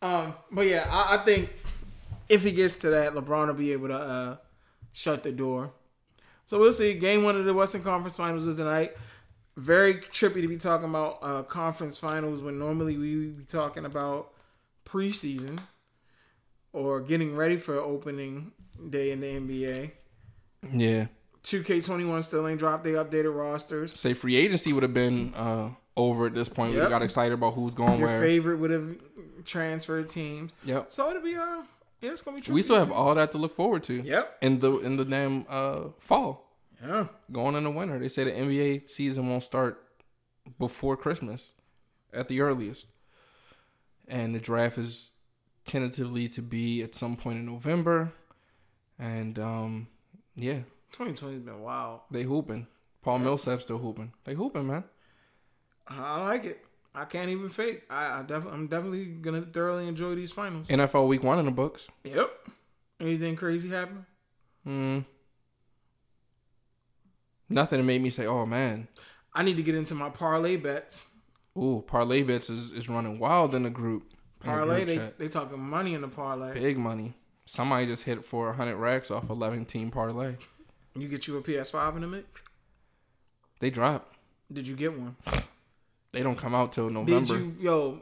Speaker 2: um, but yeah, I, I think if he gets to that, LeBron will be able to uh, shut the door. So we'll see. Game one of the Western Conference Finals is tonight. Very trippy to be talking about uh, conference finals when normally we be talking about preseason or getting ready for opening day in the NBA.
Speaker 1: Yeah.
Speaker 2: 2K21 still ain't dropped their updated rosters.
Speaker 1: Say free agency would have been uh over at this point.
Speaker 2: Yep.
Speaker 1: We got excited about who's going
Speaker 2: Your
Speaker 1: where.
Speaker 2: favorite would have transferred teams.
Speaker 1: Yep.
Speaker 2: So it'll be uh yeah, it's gonna be true.
Speaker 1: We still have all that to look forward to.
Speaker 2: Yep.
Speaker 1: In the in the damn uh fall.
Speaker 2: Yeah.
Speaker 1: Going in the winter. They say the NBA season won't start before Christmas at the earliest. And the draft is tentatively to be at some point in November. And um yeah,
Speaker 2: 2020's been wild.
Speaker 1: They hooping. Paul Millsap still hooping. They hooping, man.
Speaker 2: I like it. I can't even fake. I, I def- I'm definitely gonna thoroughly enjoy these finals.
Speaker 1: NFL week one in the books.
Speaker 2: Yep. Anything crazy happen?
Speaker 1: Mm. Nothing that made me say, oh man.
Speaker 2: I need to get into my parlay bets.
Speaker 1: Ooh, Parlay Bets is, is running wild in the group. in the
Speaker 2: Parlay,
Speaker 1: group
Speaker 2: they,
Speaker 1: chat.
Speaker 2: they talking money in the parlay.
Speaker 1: Big money. Somebody just hit for 100 racks off 11 team parlay.
Speaker 2: You get you a PS5 in a minute?
Speaker 1: They drop.
Speaker 2: Did you get one?
Speaker 1: They don't come out till
Speaker 2: Did
Speaker 1: November.
Speaker 2: you, yo,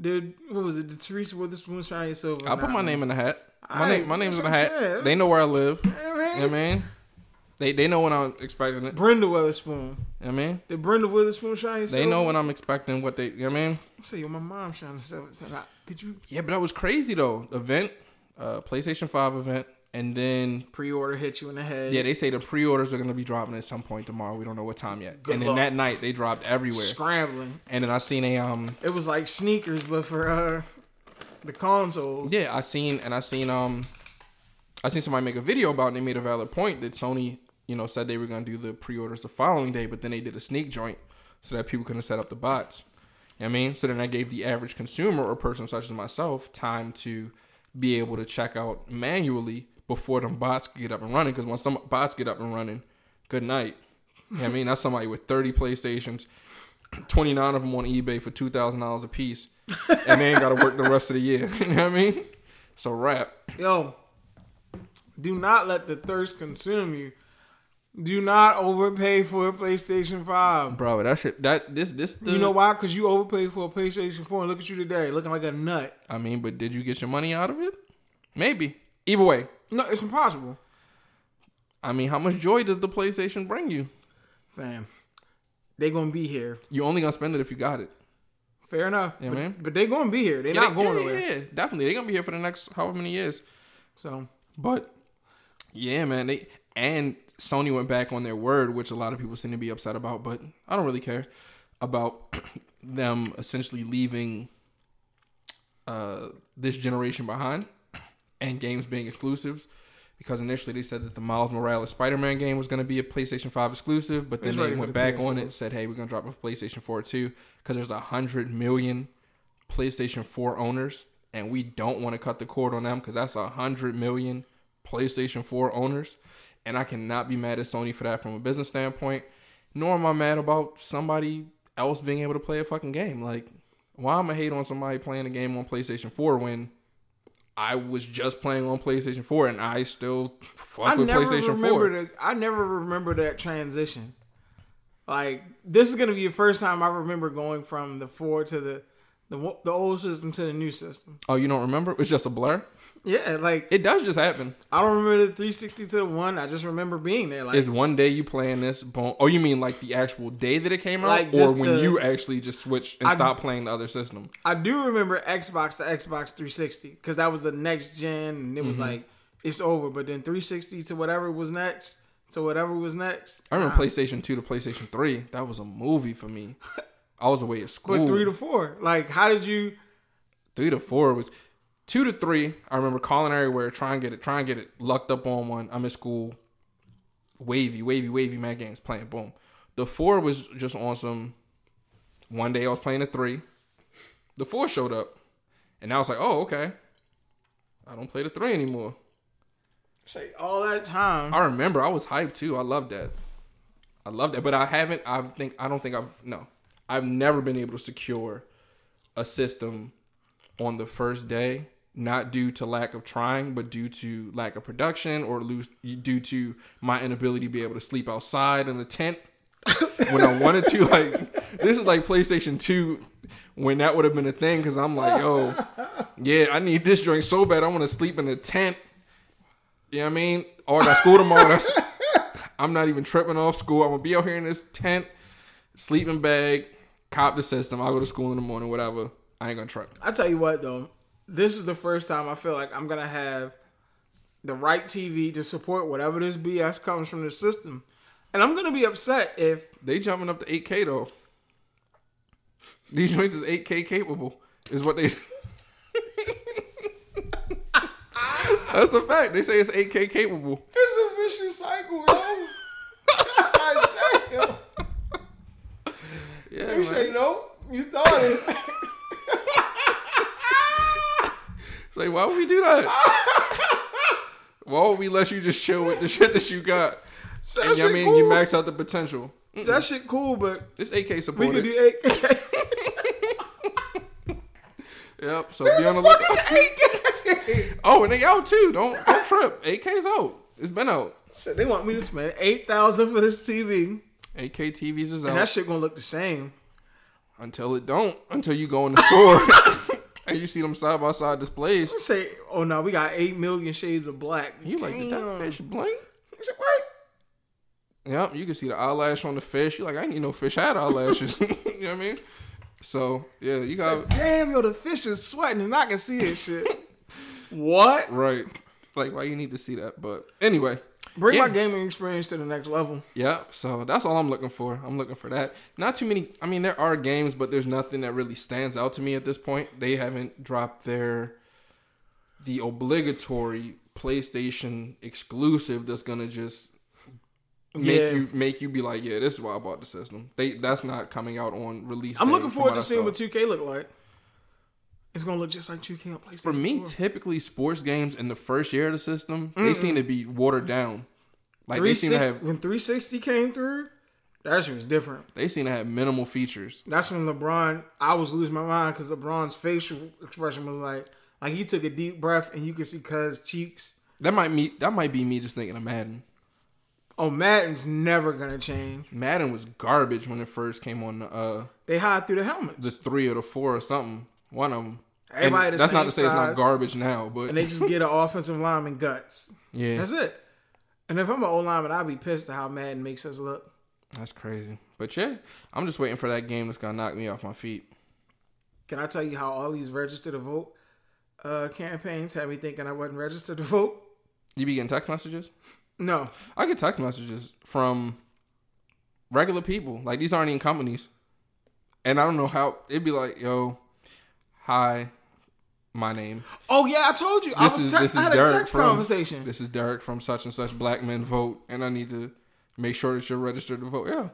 Speaker 2: did, what was it? Did Teresa Witherspoon, Shia Silver?
Speaker 1: I put my name in the hat. My,
Speaker 2: Aight,
Speaker 1: name, my name's in
Speaker 2: that's
Speaker 1: the hat.
Speaker 2: what I'm saying.
Speaker 1: They know where I live. You
Speaker 2: I
Speaker 1: know what I mean? They, they know when I'm expecting it. You know
Speaker 2: Brenda Witherspoon.
Speaker 1: what I mean?
Speaker 2: Did Brenda Witherspoon Shia Silver?
Speaker 1: They know when I'm expecting what they, you know what I mean?
Speaker 2: I say, yo, my mom Shia Silver. Said, I- Did you
Speaker 1: Yeah, but that was crazy though. Event, uh, PlayStation Five event, and then
Speaker 2: pre-order hit you in the head?
Speaker 1: yeah, they say the pre-orders are gonna be dropping at some point tomorrow. We don't know what time yet.
Speaker 2: Good
Speaker 1: and then
Speaker 2: luck.
Speaker 1: that night they dropped everywhere.
Speaker 2: Scrambling.
Speaker 1: And then I seen a um
Speaker 2: It was like sneakers, but for uh, the consoles.
Speaker 1: yeah I seen and I seen um I seen somebody make a video about it and they made a valid point that Sony you know said they were gonna do the pre-orders the following day, but then they did a sneak joint so that people couldn't set up the bots. You know what I mean? So then I gave the average consumer or person such as myself time to be able to check out manually before them bots could get up and running. Because once them bots get up and running, good night. You know what I mean? That's somebody with 30 PlayStations, 29 of them on eBay for $2,000 a piece, and they ain't got to work the rest of the year. you know what I mean? So, rap.
Speaker 2: Yo, do not let the thirst consume you. Do not overpay for a PlayStation 5.
Speaker 1: Bro, that shit, that, this, this, the,
Speaker 2: You know why? Because you overpaid for a PlayStation 4 and look at you today looking like a nut.
Speaker 1: I mean, but did you get your money out of it? Maybe. Either way,
Speaker 2: No, it's impossible.
Speaker 1: I mean, how much joy does the PlayStation bring you?
Speaker 2: Fam, they going to be here.
Speaker 1: You're only gonna spend it if you got it.
Speaker 2: Fair enough.
Speaker 1: Yeah,
Speaker 2: but,
Speaker 1: man.
Speaker 2: but they going to be here. They're not
Speaker 1: Yeah,
Speaker 2: going
Speaker 1: yeah,
Speaker 2: away.
Speaker 1: Yeah, yeah, definitely. They're gonna be here for the next however many years.
Speaker 2: So,
Speaker 1: But yeah, man, they and Sony went back on their word, which a lot of people seem to be upset about, but I don't really care about them essentially leaving uh this generation behind and games being exclusives. Because initially they said that the Miles Morales Spider-Man game was going to be a PlayStation 5 exclusive, but then
Speaker 2: It's
Speaker 1: they
Speaker 2: ready for
Speaker 1: went
Speaker 2: the
Speaker 1: back
Speaker 2: PS4.
Speaker 1: on it, said, "Hey, we're going to drop a PlayStation 4 too, because there's a hundred million PlayStation 4 owners, and we don't want to cut the cord on them because that's a hundred million PlayStation 4 owners. And I cannot be mad at Sony for that from a business standpoint, nor am I mad about somebody else being able to play a fucking game. Like, why am I hate on somebody playing a game on PlayStation 4 when I was just playing on PlayStation 4 and I still fuck
Speaker 2: I
Speaker 1: with
Speaker 2: never
Speaker 1: PlayStation 4?
Speaker 2: remember the, I never remember that transition. Like this is gonna be the first time I remember going from the four to the the, wo- the old system to the new system.
Speaker 1: Oh, you don't remember? It's just a blur.
Speaker 2: Yeah, like
Speaker 1: It does just happen.
Speaker 2: I don't remember the 360 to the one. I just remember being there. Like
Speaker 1: Is one day you playing this? Boom. Oh, you mean like the actual day that it came out,
Speaker 2: Like,
Speaker 1: or
Speaker 2: just
Speaker 1: when
Speaker 2: the-
Speaker 1: you actually just switch and stop playing the other system?
Speaker 2: I do remember Xbox to Xbox 360 because that was the next gen, and it was like it's over. But then 360 to whatever was next to whatever was next.
Speaker 1: I remember PlayStation Two to PlayStation Three. That was a movie for me. I was away at school.
Speaker 2: But three to four. Like how did you?
Speaker 1: three to four was two to three. I remember calling everywhere, try and get it, try and get it, lucked up on one. I'm in school, wavy, wavy, wavy. Mad games playing, boom. The four was just on some. One day I was playing a three. The four showed up, and I was like, "Oh, okay." I don't play the three anymore.
Speaker 2: Say all that time.
Speaker 1: I remember I was hyped too. I loved that. I loved that, but I haven't. I think I don't think I've no. I've never been able to secure a system on the first day, not due to lack of trying, but due to lack of production or lose due to my inability to be able to sleep outside in the tent when I wanted to. Like this is like PlayStation Two when that would have been a thing because I'm like, oh yeah, I need this drink so bad I want to sleep in a tent. You know what I mean? Or I got school tomorrow. That's, I'm not even tripping off school. I'm gonna be out here in this tent, sleeping bag, cop the system. I'll go to school in the morning, whatever. I ain't gonna trip.
Speaker 2: I tell you what though, this is the first time I feel like I'm gonna have the right TV to support whatever this BS comes from the system, and I'm gonna be upset if
Speaker 1: They jumping up to 8K though. These joints is 8K capable, is what they. That's a fact. They say it's 8K capable.
Speaker 2: it's a vicious cycle. Yo. God damn!
Speaker 1: Yeah, man.
Speaker 2: no, you thought it.
Speaker 1: It's like, why would we do that? why would we let you just chill with the shit that you got?
Speaker 2: So
Speaker 1: And
Speaker 2: that
Speaker 1: you know what
Speaker 2: shit
Speaker 1: I mean,
Speaker 2: cool.
Speaker 1: you max out the potential.
Speaker 2: that shit cool, but
Speaker 1: It's 8K
Speaker 2: we could
Speaker 1: supported.
Speaker 2: do eight.
Speaker 1: Yep. So be on the lookout. Oh, and they out too. Don't don't trip. 8K's out. It's been out.
Speaker 2: so they want me to spend eight thousand for this TV,
Speaker 1: 8K TVs is
Speaker 2: and that
Speaker 1: out
Speaker 2: shit gonna look the same.
Speaker 1: until it don't. Until you go in the store and you see them side by side displays.
Speaker 2: Say, oh no, we got eight million shades of black.
Speaker 1: You like did that
Speaker 2: Damn.
Speaker 1: fish blink?
Speaker 2: I said, what?
Speaker 1: Yep. You can see the eyelash on the fish. You're like, I ain't need no fish had eyelashes. you know what I mean? So yeah, you got
Speaker 2: Uh, Damn, yo, the fish is sweating and I can see this shit. what?
Speaker 1: right. Like why you need to see that? But anyway,
Speaker 2: Bring
Speaker 1: yeah.
Speaker 2: my gaming experience to the next level.
Speaker 1: Yeah, so that's all I'm looking for. I'm looking for that. Not too many. I mean, there are games, but there's nothing that really stands out to me at this point. They haven't dropped their the obligatory PlayStation exclusive that's gonna just make
Speaker 2: Yeah.
Speaker 1: you make you be like, yeah, this is why I bought the system. They that's not coming out on release.
Speaker 2: I'm
Speaker 1: day,
Speaker 2: looking
Speaker 1: from
Speaker 2: forward
Speaker 1: what
Speaker 2: to
Speaker 1: I
Speaker 2: seeing
Speaker 1: saw.
Speaker 2: what 2K look like. It's gonna look just like 2K on PlayStation.
Speaker 1: For me,
Speaker 2: 4.
Speaker 1: typically sports games in the first year of the system, they seem to be watered down. Like they seem to
Speaker 2: 360,
Speaker 1: have
Speaker 2: when 360 came through, that shit was different.
Speaker 1: they seem to have minimal features.
Speaker 2: That's when LeBron, I was losing my mind because LeBron's facial expression was like, like he took a deep breath and you could see Cuz cheeks.
Speaker 1: That might me that might be me just thinking of Madden.
Speaker 2: Oh, Madden's never gonna change.
Speaker 1: Madden was garbage when it first came on the uh
Speaker 2: They hide through the helmets
Speaker 1: the three or the four or something. One of them.
Speaker 2: Everybody the
Speaker 1: that's not
Speaker 2: same
Speaker 1: to say it's not
Speaker 2: size.
Speaker 1: garbage now, but
Speaker 2: and they just get an offensive lineman guts.
Speaker 1: yeah,
Speaker 2: That's
Speaker 1: that's,
Speaker 2: it. And if I'm an old lineman, I'd be pissed at how Madden makes us look.
Speaker 1: crazy. But yeah, I'm just waiting for that game that's gonna knock me off my feet.
Speaker 2: Can I tell you how all these register to vote uh, campaigns had me thinking I wasn't registered to vote?
Speaker 1: You be getting text messages?
Speaker 2: No.
Speaker 1: I get text messages from regular people. Like these aren't even companies. And I don't know how it'd be like, yo, hi, my name.
Speaker 2: Oh yeah, I told you. I
Speaker 1: This
Speaker 2: was
Speaker 1: is-
Speaker 2: te-
Speaker 1: this is
Speaker 2: I had a
Speaker 1: Derek
Speaker 2: text
Speaker 1: from-
Speaker 2: conversation.
Speaker 1: This is Derek from such and such Black Men Vote, and I need to make sure that you're registered to vote. Yeah.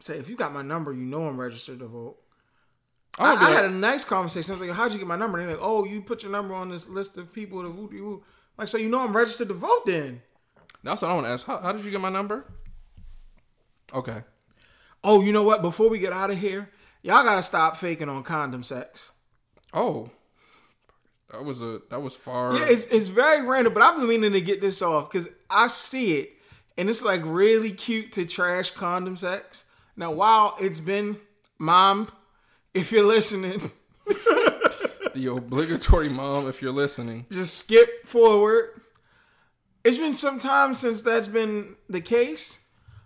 Speaker 2: Say if you got my number, you know I'm registered to vote.
Speaker 1: I,
Speaker 2: I,
Speaker 1: would be
Speaker 2: I
Speaker 1: like,
Speaker 2: had a nice conversation. I was like, "How'd you get my number?" And they're like, "Oh, you put your number on this list of people to woo woo." Like, so you know I'm registered to vote then.
Speaker 1: that's what I want to ask. How, how did you get my number? Okay.
Speaker 2: Oh, you know what? Before we get out of here, y'all gotta stop faking on condom sex.
Speaker 1: Oh, that was a that was far.
Speaker 2: Yeah, it's, it's very random, but I've been meaning to get this off because I see it, and it's like really cute to trash condom sex. Now, while it's been, mom, if you're listening,
Speaker 1: the obligatory mom. If you're listening,
Speaker 2: just skip forward. It's been some time since that's been the case.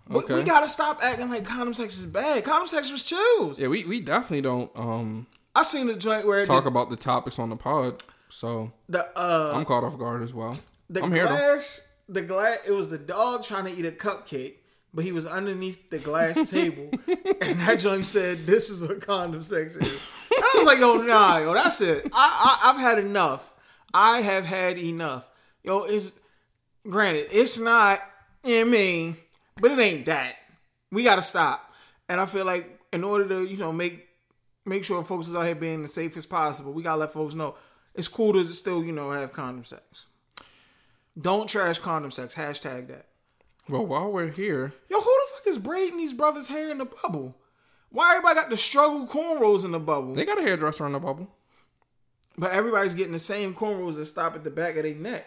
Speaker 2: But we
Speaker 1: Okay.
Speaker 2: gotta stop acting like condom sex is bad. Condom sex was chills.
Speaker 1: yeah, we we definitely don't um
Speaker 2: I seen the joint where
Speaker 1: talk
Speaker 2: the,
Speaker 1: about the topics on the pod, so
Speaker 2: the uh
Speaker 1: I'm caught off guard as well.
Speaker 2: the
Speaker 1: I'm here. though.
Speaker 2: glass the glass it was the dog trying to eat a cupcake, but he was underneath the glass table and that joint said, This is what condom sex is. And I was like, yo, nah, yo, that's it. I, I I've had enough. I have had enough. Yo, it's granted, it's not, you know what I mean, but it ain't that. We gotta stop. And I feel like in order to, you know, make make sure folks is out here being the safest possible, we gotta let folks know it's cool to still, you know, have condom sex. Don't trash condom sex. Hashtag that.
Speaker 1: Well, while we're here,
Speaker 2: Yo, who the fuck is braiding these brothers' hair in the bubble? Why everybody got the struggle cornrows in the bubble?
Speaker 1: they got a hairdresser in the bubble.
Speaker 2: But everybody's getting the same cornrows that stop at the back of their neck.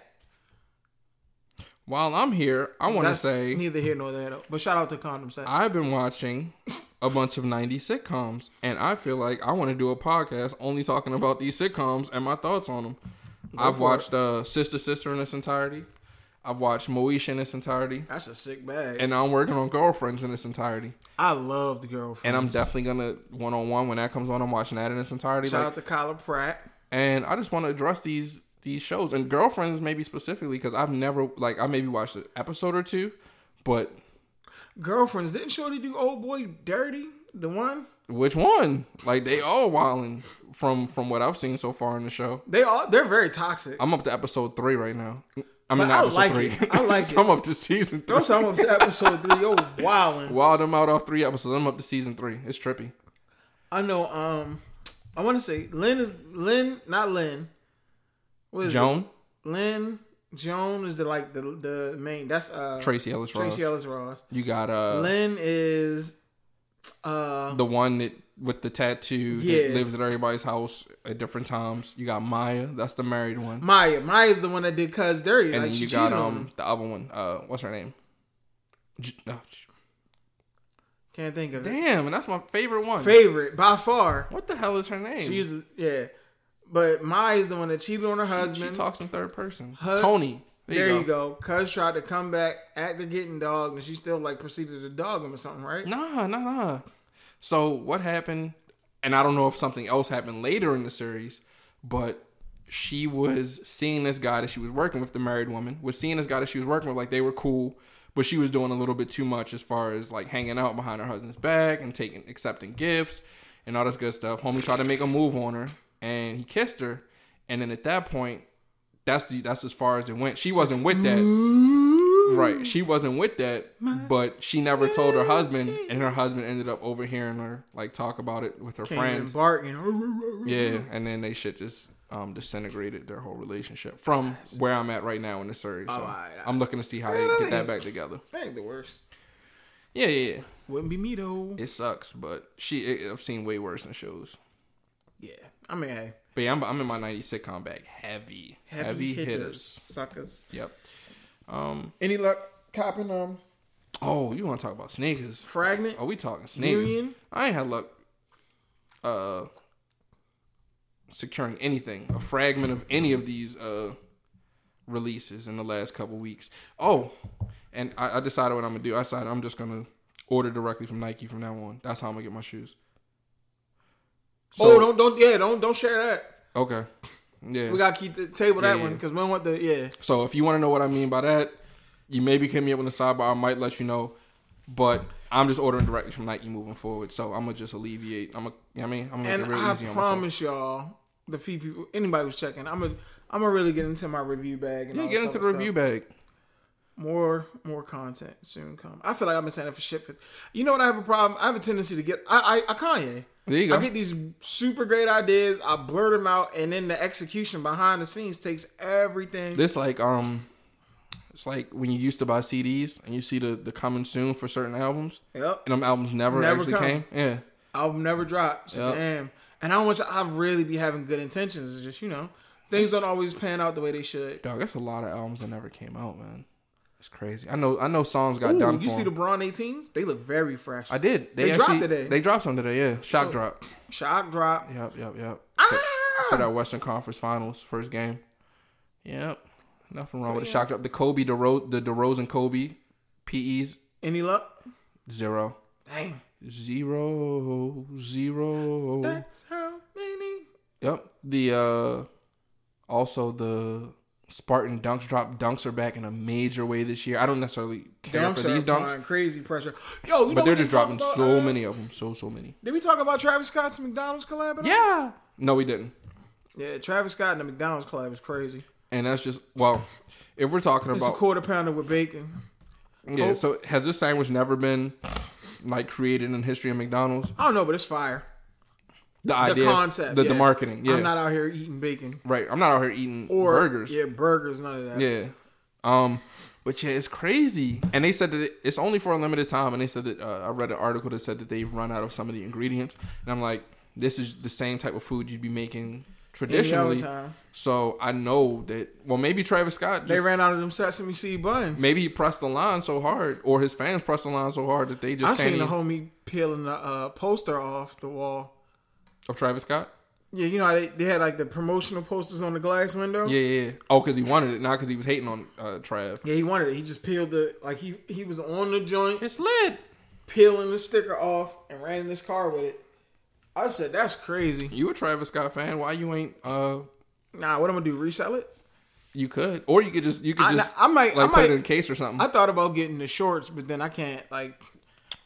Speaker 1: While I'm here, I want to
Speaker 2: That's
Speaker 1: say
Speaker 2: neither here nor there. Though. But shout out to condom sex.
Speaker 1: I've been watching a bunch of 90s sitcoms, and I feel like I want to do a podcast only talking about these sitcoms and my thoughts on them. I've
Speaker 2: for it.
Speaker 1: watched uh, Sister Sister in its entirety. I've watched Moesha in its entirety.
Speaker 2: That's a sick bag.
Speaker 1: And I'm working on Girlfriends in its entirety.
Speaker 2: I love the girlfriend.
Speaker 1: And I'm definitely going to one on one when that comes on, I'm watching that in its entirety.
Speaker 2: shout
Speaker 1: Like,
Speaker 2: out to Kyla Pratt.
Speaker 1: and I just want to address these these shows and girlfriends maybe specifically because I've never like I maybe watched an episode or two, but
Speaker 2: Girlfriends didn't Shorty do old boy dirty? The one
Speaker 1: which one? Like they all wilding from from what I've seen so far in the show.
Speaker 2: they all they're very toxic.
Speaker 1: I'm up to episode three right now. I mean,
Speaker 2: But
Speaker 1: not
Speaker 2: I
Speaker 1: episode
Speaker 2: like
Speaker 1: three.
Speaker 2: it. I like
Speaker 1: so I'm up to season three.
Speaker 2: Don't say I'm up to episode three. Yo, wildin'.
Speaker 1: Wild them out off three episodes. I'm up to season three. It's trippy.
Speaker 2: I know. Um, I want to say Lynn is Lynn, not Lynn. What is it?
Speaker 1: Joan,
Speaker 2: Lynn Joan is the like the the main. That's uh
Speaker 1: Tracy Ellis Ross.
Speaker 2: Tracy Ellis Ross.
Speaker 1: You got uh
Speaker 2: Lynn is uh
Speaker 1: the one that with the tattoo
Speaker 2: Yeah.
Speaker 1: that lives at everybody's house at different times. You got Maya. That's the married one.
Speaker 2: Maya. Maya's the one that did Cuz dirty.
Speaker 1: And
Speaker 2: like
Speaker 1: then
Speaker 2: she
Speaker 1: you
Speaker 2: cheated
Speaker 1: got
Speaker 2: on him.
Speaker 1: um the other one. Uh, what's her name? J- oh, sh-
Speaker 2: Can't think of it.
Speaker 1: damn, and that's my favorite one.
Speaker 2: Favorite by far.
Speaker 1: what the hell is her name?
Speaker 2: She's the- yeah. But Maya's the one that cheated on her
Speaker 1: she
Speaker 2: husband.
Speaker 1: talks in third person.
Speaker 2: Her-
Speaker 1: Tony. There,
Speaker 2: there
Speaker 1: you, go.
Speaker 2: Cuz tried to come back after getting dogged, and she still like proceeded to dog him or something, right?
Speaker 1: Nah, nah, nah. So what happened? And I don't know if something else happened later in the series, but she was seeing this guy that she was working with, the married woman, was seeing this guy that she was working with, like they were cool, but she was doing a little bit too much as far as like hanging out behind her husband's back and taking accepting gifts and all this good stuff. Homie tried to make a move on her and he kissed her. And then at that point, that's the that's as far as it went. She wasn't with that. Right. She wasn't with that, but she never told her husband, and her husband ended up overhearing her like talk about it with her
Speaker 2: Came in
Speaker 1: friends.
Speaker 2: barking.
Speaker 1: Yeah, and then they shit just um, disintegrated their whole relationship from where I'm at right now in the series. So
Speaker 2: Alright,
Speaker 1: I'm looking to see how they
Speaker 2: Yeah, that
Speaker 1: get that
Speaker 2: ain't-
Speaker 1: back together.
Speaker 2: That ain't the worst.
Speaker 1: Yeah, yeah, yeah.
Speaker 2: Wouldn't be me though.
Speaker 1: It sucks, but she it, I've seen way worse in shows.
Speaker 2: Yeah. I mean, hey,
Speaker 1: But yeah, I'm, I'm in my 90s sitcom bag. Heavy, heavy, hitters.
Speaker 2: suckers.
Speaker 1: Yep.
Speaker 2: Any luck copping um
Speaker 1: Oh, you want to talk about sneakers?
Speaker 2: fragment?
Speaker 1: Are we talking sneakers?
Speaker 2: Union?
Speaker 1: I ain't had luck uh securing anything, a fragment of any of these uh releases in the last couple weeks. Oh, and I, I decided what I'm gonna do. I decided I'm just gonna order directly from Nike from now on. That's how I'm gonna get my shoes.
Speaker 2: oh,
Speaker 1: So-
Speaker 2: don't don't yeah, don't don't share that.
Speaker 1: Okay. Yeah.
Speaker 2: We gotta keep the table that
Speaker 1: Yeah,
Speaker 2: one
Speaker 1: yeah.
Speaker 2: because we don't want the yeah.
Speaker 1: So if you want to know what I mean by that, you maybe hit me up on the sidebar. I might let you know, but I'm just ordering directly from Nike moving forward. So I'm gonna just alleviate. I'm gonna, you know what I mean, I'm gonna
Speaker 2: And
Speaker 1: make it real
Speaker 2: I
Speaker 1: easy on myself.
Speaker 2: promise y'all, the few people anybody who's checking, I'm a I'm gonna really get into my review bag and
Speaker 1: You
Speaker 2: all
Speaker 1: get
Speaker 2: this
Speaker 1: into
Speaker 2: other
Speaker 1: the
Speaker 2: stuff.
Speaker 1: review bag.
Speaker 2: More more content soon come. I feel like I've been saying it for shit. For, you know what? I have a problem. I have a tendency to get I I, I Kanye.
Speaker 1: There you go.
Speaker 2: I get these super great ideas. I blurt them out, and then the execution behind the scenes takes everything.
Speaker 1: this like um, it's like when you used to buy CDs and you see the the coming soon for certain albums,
Speaker 2: yep,
Speaker 1: and them albums never,
Speaker 2: Never
Speaker 1: actually
Speaker 2: come.
Speaker 1: came. Yeah,
Speaker 2: I'll never drop. So
Speaker 1: Yep.
Speaker 2: damn. And I don't want you. I really be having good intentions. It's just you know, things don't always pan out the way they should.
Speaker 1: dog. That's a lot of albums that never came out, man. It's crazy. I know. I know songs got
Speaker 2: Ooh,
Speaker 1: done.
Speaker 2: you
Speaker 1: for
Speaker 2: see the
Speaker 1: 'em.
Speaker 2: Braun 18s? They look very fresh.
Speaker 1: I did. They,
Speaker 2: They dropped
Speaker 1: actually-
Speaker 2: today. Oh.
Speaker 1: They dropped some today. Yeah, shock drop.
Speaker 2: Shock drop.
Speaker 1: Yep, yep, yep.
Speaker 2: Ah!
Speaker 1: for that Western Conference Finals first game. Yep, nothing wrong with a shock drop. The Kobe, the Ro- the DeRozan Kobe, PEs
Speaker 2: Any luck?
Speaker 1: zero,
Speaker 2: Damn.
Speaker 1: zero, zero.
Speaker 2: That's how many.
Speaker 1: Yep. The uh, also the Spartan dunks drop. Dunks are back in a major way this year. I don't necessarily care
Speaker 2: Dunks
Speaker 1: for
Speaker 2: are
Speaker 1: these dunks,
Speaker 2: applying crazy pressure. Yo, you know
Speaker 1: but they're
Speaker 2: what they
Speaker 1: just dropping
Speaker 2: talked about,
Speaker 1: so
Speaker 2: uh,
Speaker 1: many of them, so so many.
Speaker 2: Did we talk about Travis Scott's McDonald's collab? at all?
Speaker 1: Yeah. No, we didn't.
Speaker 2: Yeah, Travis Scott and the McDonald's collab is crazy.
Speaker 1: And that's just well, if we're talking
Speaker 2: It's
Speaker 1: about
Speaker 2: a quarter pounder with bacon.
Speaker 1: Yeah. So has this sandwich never been like created in history of McDonald's?
Speaker 2: I don't know, but it's fire.
Speaker 1: The
Speaker 2: The
Speaker 1: idea,
Speaker 2: concept,
Speaker 1: the,
Speaker 2: yeah.
Speaker 1: the marketing. Yeah.
Speaker 2: I'm not out here eating bacon
Speaker 1: right. I'm not out here eating
Speaker 2: or
Speaker 1: burgers.
Speaker 2: Yeah, burgers, none of that.
Speaker 1: Yeah. Um. But yeah, it's crazy. And they said that it- it's only for a limited time. And they said that uh, I read an article that said that they've run out of some of the ingredients. And I'm like, this is the same type of food you'd be making traditionally.
Speaker 2: time.
Speaker 1: So I know that. Well, maybe Travis Scott
Speaker 2: They
Speaker 1: just
Speaker 2: ran out of them sesame seed buns.
Speaker 1: maybe he pressed the line so hard, or his fans pressed the line so hard that they just
Speaker 2: I
Speaker 1: can't.
Speaker 2: seen the
Speaker 1: even-
Speaker 2: homie peeling the uh, poster off the wall.
Speaker 1: of Travis Scott.
Speaker 2: Yeah, you know how they, they had like the promotional posters on the glass window.
Speaker 1: Yeah, yeah. yeah. Oh, because he wanted it, not because he was hating on uh, Trav.
Speaker 2: Yeah, he wanted it. He just peeled the like he he was on the joint,
Speaker 1: It's lit.
Speaker 2: peeling the sticker off, and ran in this car with it. I said, "That's crazy."
Speaker 1: You a Travis Scott fan? Why you ain't? Uh,
Speaker 2: Nah, what I'm gonna do? Resell it?
Speaker 1: you could, or you could just you could
Speaker 2: I-
Speaker 1: just
Speaker 2: I might-
Speaker 1: like
Speaker 2: I
Speaker 1: put
Speaker 2: might-
Speaker 1: it in a case or something.
Speaker 2: I thought about getting the shorts, but then I can't. Like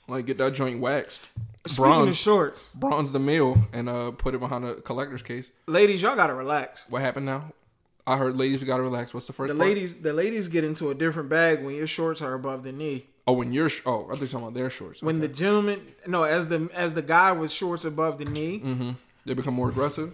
Speaker 1: like get that joint waxed,
Speaker 2: speaking of
Speaker 1: bronze,
Speaker 2: shorts,
Speaker 1: bronze the meal, and uh, put it behind a collector's case.
Speaker 2: ladies, y'all gotta relax.
Speaker 1: What happened now? I heard ladies, you gotta relax. What's the first?
Speaker 2: The
Speaker 1: part?
Speaker 2: ladies, the ladies get into a different bag when your shorts are above the knee.
Speaker 1: Oh, when you're sh- oh, I think you're talking about their shorts.
Speaker 2: When the gentleman, no, as the as the guy with shorts above the knee,
Speaker 1: Mm-hmm. they become more aggressive.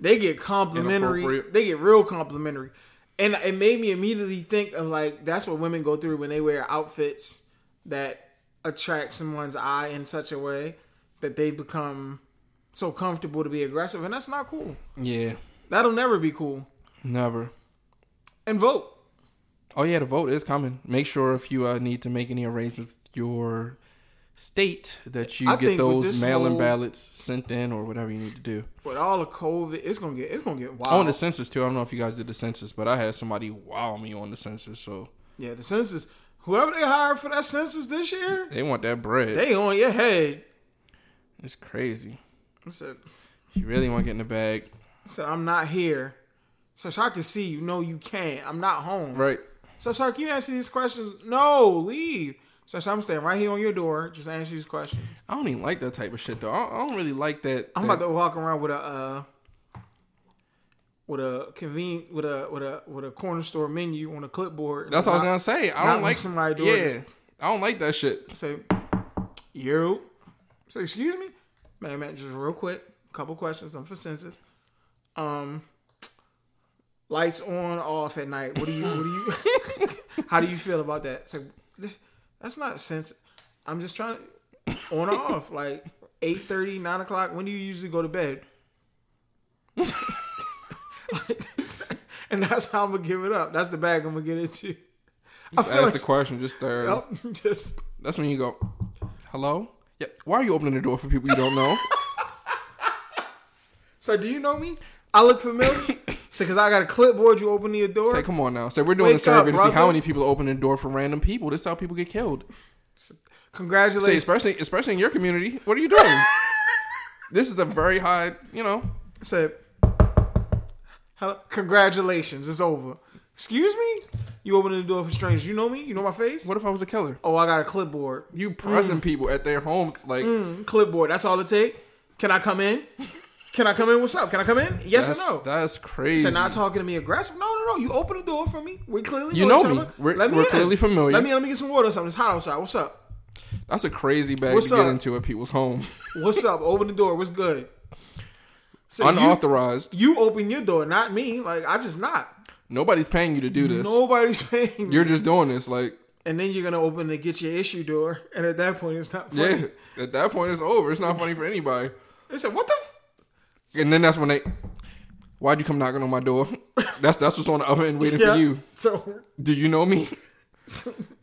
Speaker 2: they get complimentary.
Speaker 1: Inappropriate.
Speaker 2: They get real complimentary, and it made me immediately think of like that's what women go through when they wear outfits that attract someone's eye in such a way that they become so comfortable to be aggressive, and that's not cool.
Speaker 1: Yeah,
Speaker 2: That'll never be cool.
Speaker 1: never.
Speaker 2: And vote.
Speaker 1: Oh yeah, the vote is coming. Make sure if you uh, need to make any arrangements with your state that you
Speaker 2: I
Speaker 1: get
Speaker 2: think with
Speaker 1: those
Speaker 2: this
Speaker 1: mail-in
Speaker 2: whole-
Speaker 1: ballots sent in or whatever you need to do.
Speaker 2: With all the COVID, it's gonna get it's gonna get
Speaker 1: Oh,
Speaker 2: wild.
Speaker 1: and the census too. I don't know if you guys did the census, but I had somebody wow me on the census, so
Speaker 2: yeah, the census. Whoever they hired for that census this year,
Speaker 1: they want that bread.
Speaker 2: they on your head.
Speaker 1: it's crazy.
Speaker 2: I said,
Speaker 1: You really want to get in the bag,
Speaker 2: said I'm not here. So I can see you. No, you can't. I'm not home.
Speaker 1: right?
Speaker 2: So sir, can you answer these questions? No, leave. So, so I'm standing right here on your door. Just answer these questions.
Speaker 1: I don't even like that type of shit though. I don't, I don't really like that.
Speaker 2: I'm
Speaker 1: that-
Speaker 2: about to walk around with a uh with a conven with a with a with a corner store menu on a clipboard. and
Speaker 1: That's what I was
Speaker 2: not-
Speaker 1: gonna say. I
Speaker 2: not
Speaker 1: don't
Speaker 2: when
Speaker 1: like
Speaker 2: somebody do it,
Speaker 1: Yeah,
Speaker 2: just-
Speaker 1: I don't like that shit.
Speaker 2: Say, yo. Say, excuse me, man, man. Just real quick, couple questions. I'm for census. Um, lights on, off at night. What do you? What do you? how do you feel about that? Say, that's not sense. I'm just trying to on or off. Like 8:30, 9 o'clock. When do you usually go to bed? and that's how I'm gonna give it up. That's the bag I'm gonna get into. I
Speaker 1: Ask
Speaker 2: feel like
Speaker 1: the question. Just there.
Speaker 2: Yup, just
Speaker 1: That's when you go. Hello. Yeah. Why are you opening the door for people you don't know?
Speaker 2: So do you know me? I look familiar. so because I got a clipboard, you open the door.
Speaker 1: Say, come on now. Say, we're doing a
Speaker 2: Wake
Speaker 1: survey
Speaker 2: up,
Speaker 1: to see how
Speaker 2: brother.
Speaker 1: many people open the door for random people. This is how people get killed. Say,
Speaker 2: Congratulations.
Speaker 1: especially especially in your community. What are you doing? this is a very high. You know.
Speaker 2: Say, hello. Congratulations. It's over. Excuse me. You open the door for strangers. You know me. You know my face.
Speaker 1: What if I was a killer?
Speaker 2: Oh, I got a clipboard.
Speaker 1: You pressing people at their homes like
Speaker 2: Mm, clipboard. That's all it take. Can I come in? Can I come in? What's up? Can I come in? Yes
Speaker 1: that's,
Speaker 2: or no?
Speaker 1: that's crazy.
Speaker 2: So not talking to me aggressive. No, no, no. You open the door for me. We clearly
Speaker 1: You know
Speaker 2: each
Speaker 1: me.
Speaker 2: other.
Speaker 1: We're-
Speaker 2: Let me
Speaker 1: we're
Speaker 2: in.
Speaker 1: clearly familiar.
Speaker 2: Let me let me get some water or something. It's hot outside. What's up?
Speaker 1: that's a crazy bag
Speaker 2: What's
Speaker 1: to get
Speaker 2: up?
Speaker 1: into at people's home.
Speaker 2: What's up? Open the door. What's good? So
Speaker 1: Unauthorized.
Speaker 2: You, you open your door, not me. Like I just knock.
Speaker 1: Nobody's paying you to do this.
Speaker 2: Nobody's paying.
Speaker 1: You're just doing this like
Speaker 2: and then you're gonna open the get your issue door, and at that point, it's not funny.
Speaker 1: yeah. At that point, it's over. It's not funny for anybody.
Speaker 2: They said, "What the? F-?
Speaker 1: And then that's when they, why'd you come knocking on my door? That's that's what's on the other end waiting
Speaker 2: Yeah.
Speaker 1: for you.
Speaker 2: So
Speaker 1: Do you know me?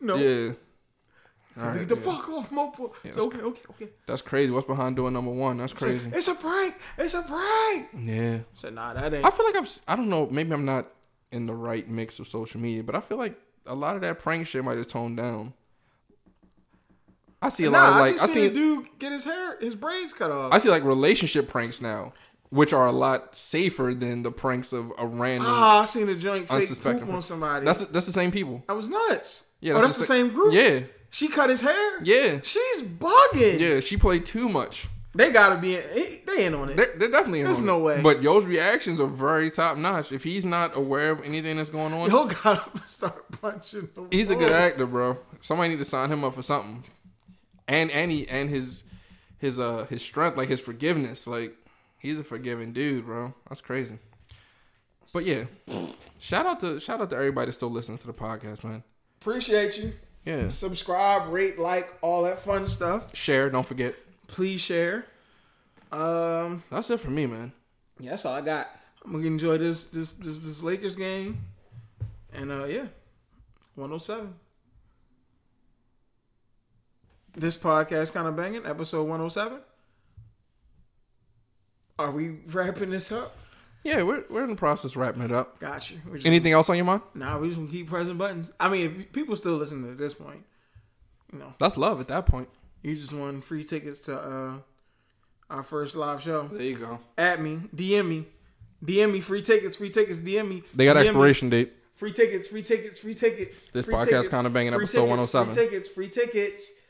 Speaker 2: no,
Speaker 1: Yeah,
Speaker 2: So they
Speaker 1: Alright,
Speaker 2: get the
Speaker 1: yeah.
Speaker 2: fuck off my boy. so, okay, okay, okay.
Speaker 1: that's crazy. What's behind door number one? That's
Speaker 2: It's
Speaker 1: crazy.
Speaker 2: a, it's a prank. It's a prank. I
Speaker 1: Yeah,
Speaker 2: said, "Nah, that ain't."
Speaker 1: I feel like I've. s- I don't know. Maybe I'm not in the right mix of social media, but I feel like a lot of that prank shit might have toned down. I see a lot
Speaker 2: nah,
Speaker 1: of
Speaker 2: I
Speaker 1: like
Speaker 2: just
Speaker 1: I
Speaker 2: seen
Speaker 1: see
Speaker 2: a dude get his hair, his braids cut off.
Speaker 1: I see like relationship pranks now, which are a lot safer than the pranks of a random
Speaker 2: ah, I seen a joint fake
Speaker 1: unsuspecting.
Speaker 2: poop on somebody.
Speaker 1: That's that's the same people.
Speaker 2: I was nuts.
Speaker 1: Yeah,
Speaker 2: Yeah, oh, that's the, same group.
Speaker 1: Yeah,
Speaker 2: She cut his hair.
Speaker 1: yeah,
Speaker 2: She's bugging.
Speaker 1: yeah. She played too much.
Speaker 2: They gotta be. In, they in on it.
Speaker 1: They're, they're definitely. in
Speaker 2: There's
Speaker 1: on
Speaker 2: no
Speaker 1: it.
Speaker 2: way.
Speaker 1: But Yo's reactions are very top notch. If he's not aware of anything that's going on,
Speaker 2: Yo gotta start punching. The
Speaker 1: he's a
Speaker 2: wall.
Speaker 1: good actor, bro. Somebody need to sign him up for something. And and he and his his uh his strength, like his forgiveness, like he's a forgiving dude, bro. That's crazy. But yeah, shout out to shout out to everybody that's still listening to the podcast, man.
Speaker 2: Appreciate you.
Speaker 1: Yeah,
Speaker 2: Subscribe, rate, like, all that fun stuff.
Speaker 1: share. Don't forget.
Speaker 2: Please share. Um,
Speaker 1: That's it for me, man.
Speaker 2: yeah, that's all I got. I'm gonna enjoy this this this this Lakers game, and uh, yeah, 107. This podcast kind of banging, episode 107. Are we wrapping this up?
Speaker 1: Yeah, we're we're in the process of wrapping it up.
Speaker 2: Got you. We just
Speaker 1: Anything else on your mind?
Speaker 2: Nah, we just gonna keep pressing buttons. I mean, if people still listening at this point, you know,
Speaker 1: That's love at that point.
Speaker 2: you just won free tickets to uh our first live show.
Speaker 1: There you go.
Speaker 2: At me, DM me, DM me, free tickets, free tickets, DM me.
Speaker 1: They got
Speaker 2: DM me.
Speaker 1: expiration date.
Speaker 2: Free tickets, free tickets, free tickets.
Speaker 1: This
Speaker 2: free
Speaker 1: podcast
Speaker 2: tickets,
Speaker 1: Kinda Banging
Speaker 2: free
Speaker 1: episode
Speaker 2: tickets,
Speaker 1: 107.
Speaker 2: Free tickets, free tickets.